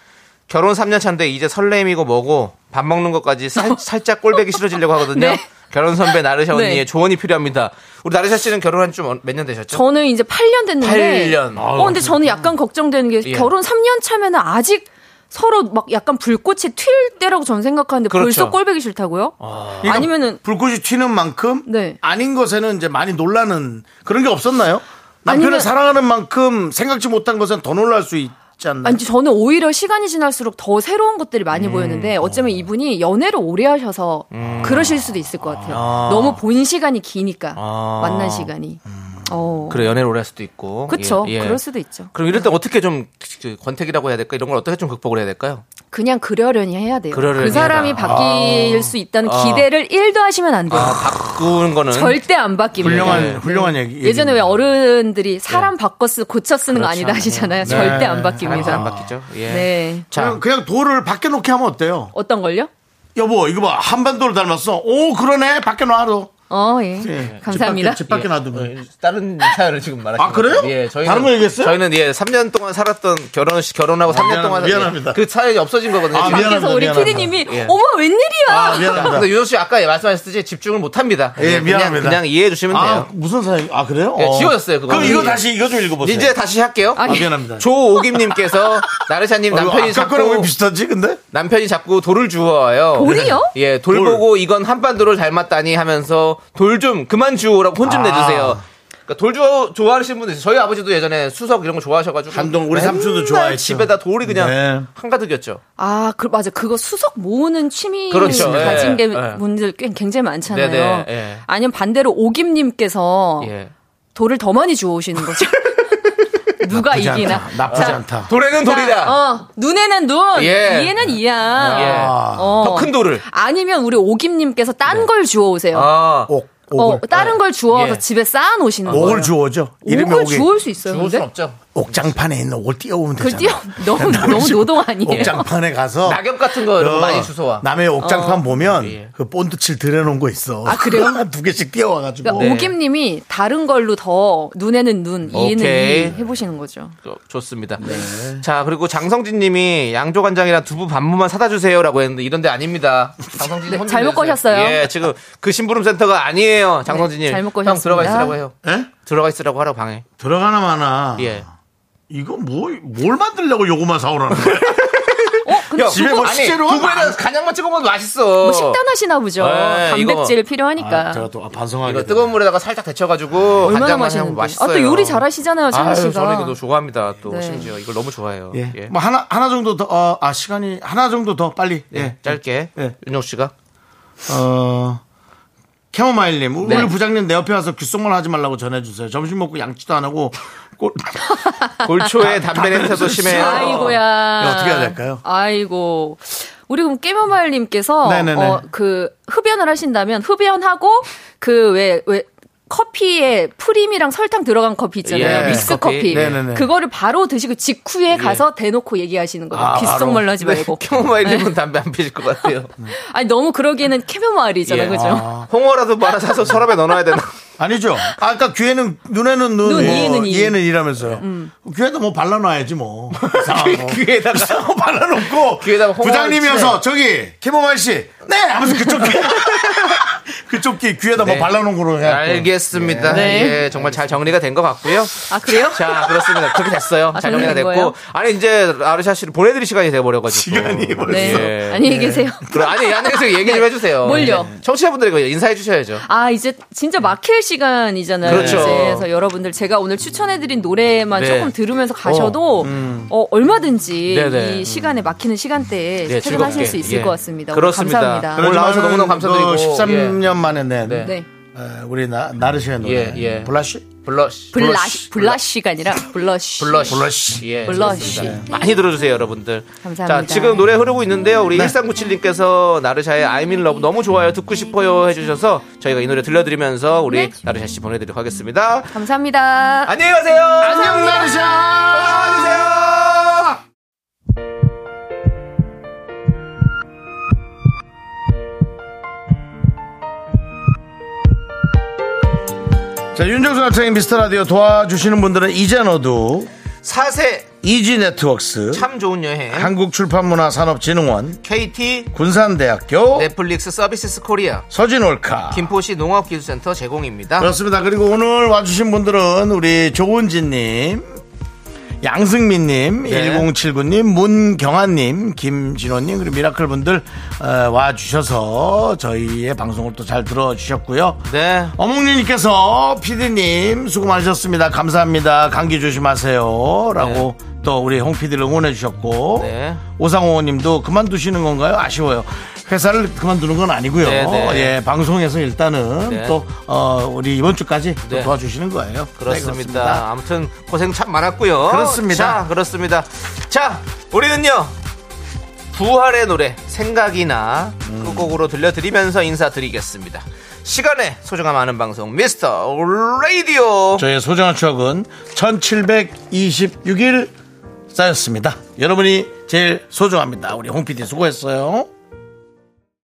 결혼 3년 차인데 이제 설렘이고 뭐고 밥 먹는 것까지 살, 살짝 꼴배기 싫어지려고 하거든요. 네. 결혼 선배 나르샤 네. 언니의 조언이 필요합니다. 우리 나르샤 씨는 결혼한 지 몇 년 되셨죠? 저는 이제 8년 됐는데. 8년. 어, 근데 저는 약간 걱정되는 게 예. 결혼 3년 차면은 아직 서로 막 약간 불꽃이 튈 때라고 저는 생각하는데 그렇죠. 벌써 꼴배기 싫다고요? 그러니까 아니면은 불꽃이 튀는 만큼 네. 아닌 것에는 이제 많이 놀라는 그런 게 없었나요? 남편을 아니면- 사랑하는 만큼 생각지 못한 것은 더 놀랄 수 있지 않나요? 아니 저는 오히려 시간이 지날수록 더 새로운 것들이 음. 많이 보였는데 어쩌면 이분이 연애를 오래 하셔서 그러실 수도 있을 것 같아요. 너무 본 시간이 기니까 만난 시간이. 어. 아. 음. 그래, 연애를 오래 할 수도 있고. 그쵸. 예, 예. 그럴 수도 있죠. 그럼 이럴 때 어떻게 좀그 권태기라고 해야 될까? 이런 걸 어떻게 좀 극복을 해야 될까요? 그냥 그러려니 해야 돼요. 그러려니 그 사람이 해라. 바뀔 수 있다는 아. 기대를 1도 하시면 안 돼요. 아, 바꾸는 거는 절대 안 바뀝니다. 훌륭한 네. 훌륭한 얘기. 예전에 왜 어른들이 사람 바꿔 쓰 고쳐 쓰는 거 아니다 예. 그렇죠. 하시잖아요. 절대 사람이 안 바뀝니다. 안 바뀌죠. 예. 네. 자, 그냥, 그냥 돌을 밖에 놓게 하면 어때요? 어떤 걸요? 여보 이거 봐 한반도를 닮았어. 오 그러네 밖에 놔둬. 어, 예. 네. 예. 감사합니다. 집 밖에, 집 밖에 놔두면. 어, 다른 사연을 지금 말하시는 아, 그래요? 거예요. 예, 저희는 다른 거 얘기했어요? 아, 저희는 예, 3년 동안 살았던 결혼 결혼하고 3년 동안 미안합니다. 예, 그 사연이 없어진 거거든요. 아, 지금. 미안합니다, 그래서 우리 미안합니다. 피디님이 예. 어머 웬일이야. 아 근데 미안합니다. 유정 씨 아까 말씀하셨듯이 집중을 못 합니다. 예, 미안합니다. 그냥, 그냥 이해해 주시면 아 돼요. 무슨 사연? 아 그래요? 예, 어. 지워졌어요, 그거. 그럼 이거 예. 다시 이거 좀 읽어보세요. 이제 다시 할게요. 아 미안합니다. 조오김님께서 나르샤님 어, 이거 남편이 아까 거랑 왜 자꾸 비슷하지 근데? 남편이 자꾸 돌을 주워와요. 돌이요? 예, 돌, 돌. 보고 이건 한반도를 닮았다니 하면서 돌 좀 그만 주우라고 혼 좀 아. 내주세요. 그러니까 돌 좋아, 좋아하시는 분들 있어요. 저희 아버지도 예전에 수석 이런 거 좋아하셔가지고 한동 우리 맨날 삼촌도 좋아했죠. 집에다 돌이 그냥 네. 한가득이었죠. 아, 그 맞아. 그거 수석 모으는 취미 그렇죠. 예, 가진 게 예. 분들 꽤 굉장히 많잖아요. 네네, 예. 아니면 반대로 오김님께서 예. 돌을 더 많이 주워 오시는 거죠. 누가 나쁘지 이기나? 않다. 나쁘지 자, 않다. 돌에는 자, 돌이다. 어, 눈에는 눈, 예. 이에는 이야. 예. 아, 어. 더 큰 돌을. 아니면 우리 오김님께서 딴 걸 주워 오세요. 아, 옥 어, 옥을 다른 걸 주워서 예. 집에 쌓아 놓으시는 거예요. 옥을 주워죠. 이름이 옥을 옥이 주울 수 있어요. 주울 근데? 순 없죠. 옥장판에 있는 옥을 띄워오면 그 되잖아. 뛰어 너무 너무 노동 아니에요? 어. 옥장판에 가서 어, 낙엽 같은 거 이런 거 많이 주워와. 남의 옥장판 보면 예. 그 본드칠 들여놓은 거 있어. 아, 그래요? 두 개씩 띄워와가지고. 네. 그러니까 오김님이 다른 걸로 더 눈에는 눈, 이에는 오케이. 이 해보시는 거죠. 어, 좋습니다. 네. 자, 그리고 장성진 님이 양조간장이랑 두부 반무만 사다 주세요라고 했는데 이런데 아닙니다. 장성진 님 네, 혼자 잘못 내주세요. 거셨어요. 예, 지금 그 심부름 센터가 아니에요. 장성진 님. 네, 잘못 형 들어가 거셨습니다. 있으라고 해요. 예? 들어가 있으라고 하라고 방해. 들어가나 마나. 예. 이거 뭐, 뭘 만들려고 요거만 사오라는 거야? 어, 근데 형, 집에 두부- 뭐 아니, 식재료가 두부에다 간장만 찍어 먹어도 맛있어. 뭐 식단 하시나 보죠. 네, 단백질 필요하니까. 아, 제가 또 이거 반성하게. 뜨거운 물에다가 살짝 데쳐가지고 얼마나 간장만 하면 맛있는데. 맛있어요. 아, 또 요리 잘하시잖아요, 창희 아유, 씨가. 저는 이거 너무 좋아합니다. 또 네. 심지어 이걸 너무 좋아해요. 예. 예. 뭐 하나, 하나 정도 더, 어, 아, 시간이, 하나 정도 더 빨리. 예, 예. 짧게 예. 윤정 씨가 어, 캐모마일님, 우리 네. 부장님 내 옆에 와서 귓속말 하지 말라고 전해주세요. 점심 먹고 양치도 안 하고, 꼴, 골초에 담배 냄새도 심해요. 아이고야. 이거 어떻게 해야 될까요? 아이고. 우리 그럼 깨머마을님께서 네네네. 어, 그 흡연을 하신다면 흡연하고 그 왜 왜 커피에 프림이랑 설탕 들어간 커피 있잖아요. 예, 믹스 커피. 커피. 네네네. 예. 그거를 바로 드시고 직후에 가서 대놓고 얘기하시는 거예요. 아, 귓속말로 하지 말고. 네, 네. 캐모마일님은 담배 안 피실 것 같아요. 아니 너무 그러기에는 캐머마을이잖아, 예. 요 그죠? 아. 홍어라도 말아 사서 서랍에 넣어놔야 되나? 아니죠. 아까 그러니까 귀에는, 눈에는 눈, 눈, 뭐, 이에는 이. 이에는 이라면서요. 음. 귀에다 뭐 발라놔야지 뭐. 아, 이상한 거. 귀에다가 뭐 발라놓고 귀에다가 뭐 홍어를 부장님이어서 저기 캐모마일 씨, 네 하면서 그쪽 귀 좁기 귀에다 네. 뭐 발라놓은 거로 해갖고. 알겠습니다. 네. 예, 정말 잘 정리가 된 것 같고요. 아, 그래요? 자, 그렇습니다. 그렇게 됐어요. 아, 잘 정리가 정리된 됐고. 거예요? 아니, 이제 아르샤 씨를 보내드릴 시간이 돼버려가지고. 시간이 벌써. 네. 예. 안녕히 계세요. 네. 그럼, 아니, 안녕히 계세요. 얘기 좀 해주세요. 뭘요? 예. 청취자분들에게 인사해주셔야죠. 아 이제 진짜 막힐 시간이잖아요. 그렇죠. 이제. 그래서 여러분들 제가 오늘 추천해드린 노래만 네. 조금 들으면서 가셔도 어, 음. 어, 얼마든지 네네. 이 시간에 막히는 시간대에 네, 퇴근하실 즐겁게. 수 있을 예. 것 같습니다. 오늘 그렇습니다. 감사합니다. 그럼- 오늘 나와서 너무너무 감사드리고, 예. 13년 만에 낸 네. 네. 어, 우리 나, 나르샤의 노래. 예, 예. 음. 블라쉬? 블러쉬. 블라시 블라시가 아니라 블러시. 블러쉬. 블러쉬. 예, 블러쉬. 그렇습니다. 많이 들어주세요, 여러분들. 감사합니다. 자, 지금 노래 흐르고 있는데요. 우리 1397님께서 나르샤의 I'm in love 너무 좋아요. 듣고 싶어요. 해주셔서 저희가 이 노래 들려드리면서 우리 네. 나르샤 씨 보내드리도록 하겠습니다. 감사합니다. 안녕히 가세요. 안녕, 나르샤! 안녕하세요. 자, 윤정수 남창의 미스터 라디오 도와주시는 분들은 이제 너도, 사세 이지 네트웍스, 참 좋은 여행. 한국출판문화산업진흥원, KT 군산대학교, 넷플릭스 서비스 코리아 서진올카. 김포시 농업기술센터 제공입니다. 그렇습니다. 그리고 오늘 와주신 분들은 우리 조은진님, 양승민님, 네. 1079님, 문경아님, 김진호님, 그리고 미라클 분들 어, 와주셔서 저희의 방송을 또 잘 들어주셨고요. 네. 어묵님께서 피디님 수고 많으셨습니다. 감사합니다. 감기 조심하세요. 라고 또 우리 홍 피디를 응원해 주셨고 네. 오상호님도 그만두시는 건가요? 아쉬워요. 회사를 그만두는 건 아니고요. 네, 네. 예, 방송에서 일단은 네. 또 어, 우리 이번 주까지 또 네. 도와주시는 거예요. 그렇습니다. 네, 그렇습니다. 아무튼 고생 참 많았고요. 그렇습니다. 자, 그렇습니다. 자, 우리는요. 부활의 노래 생각이나 음. 그 곡으로 들려드리면서 인사드리겠습니다. 시간의 소중함 아는 방송 미스터 라디오. 저의 소중한 추억은 1726일 쌓였습니다. 여러분이 제일 소중합니다. 우리 홍 PD 수고했어요.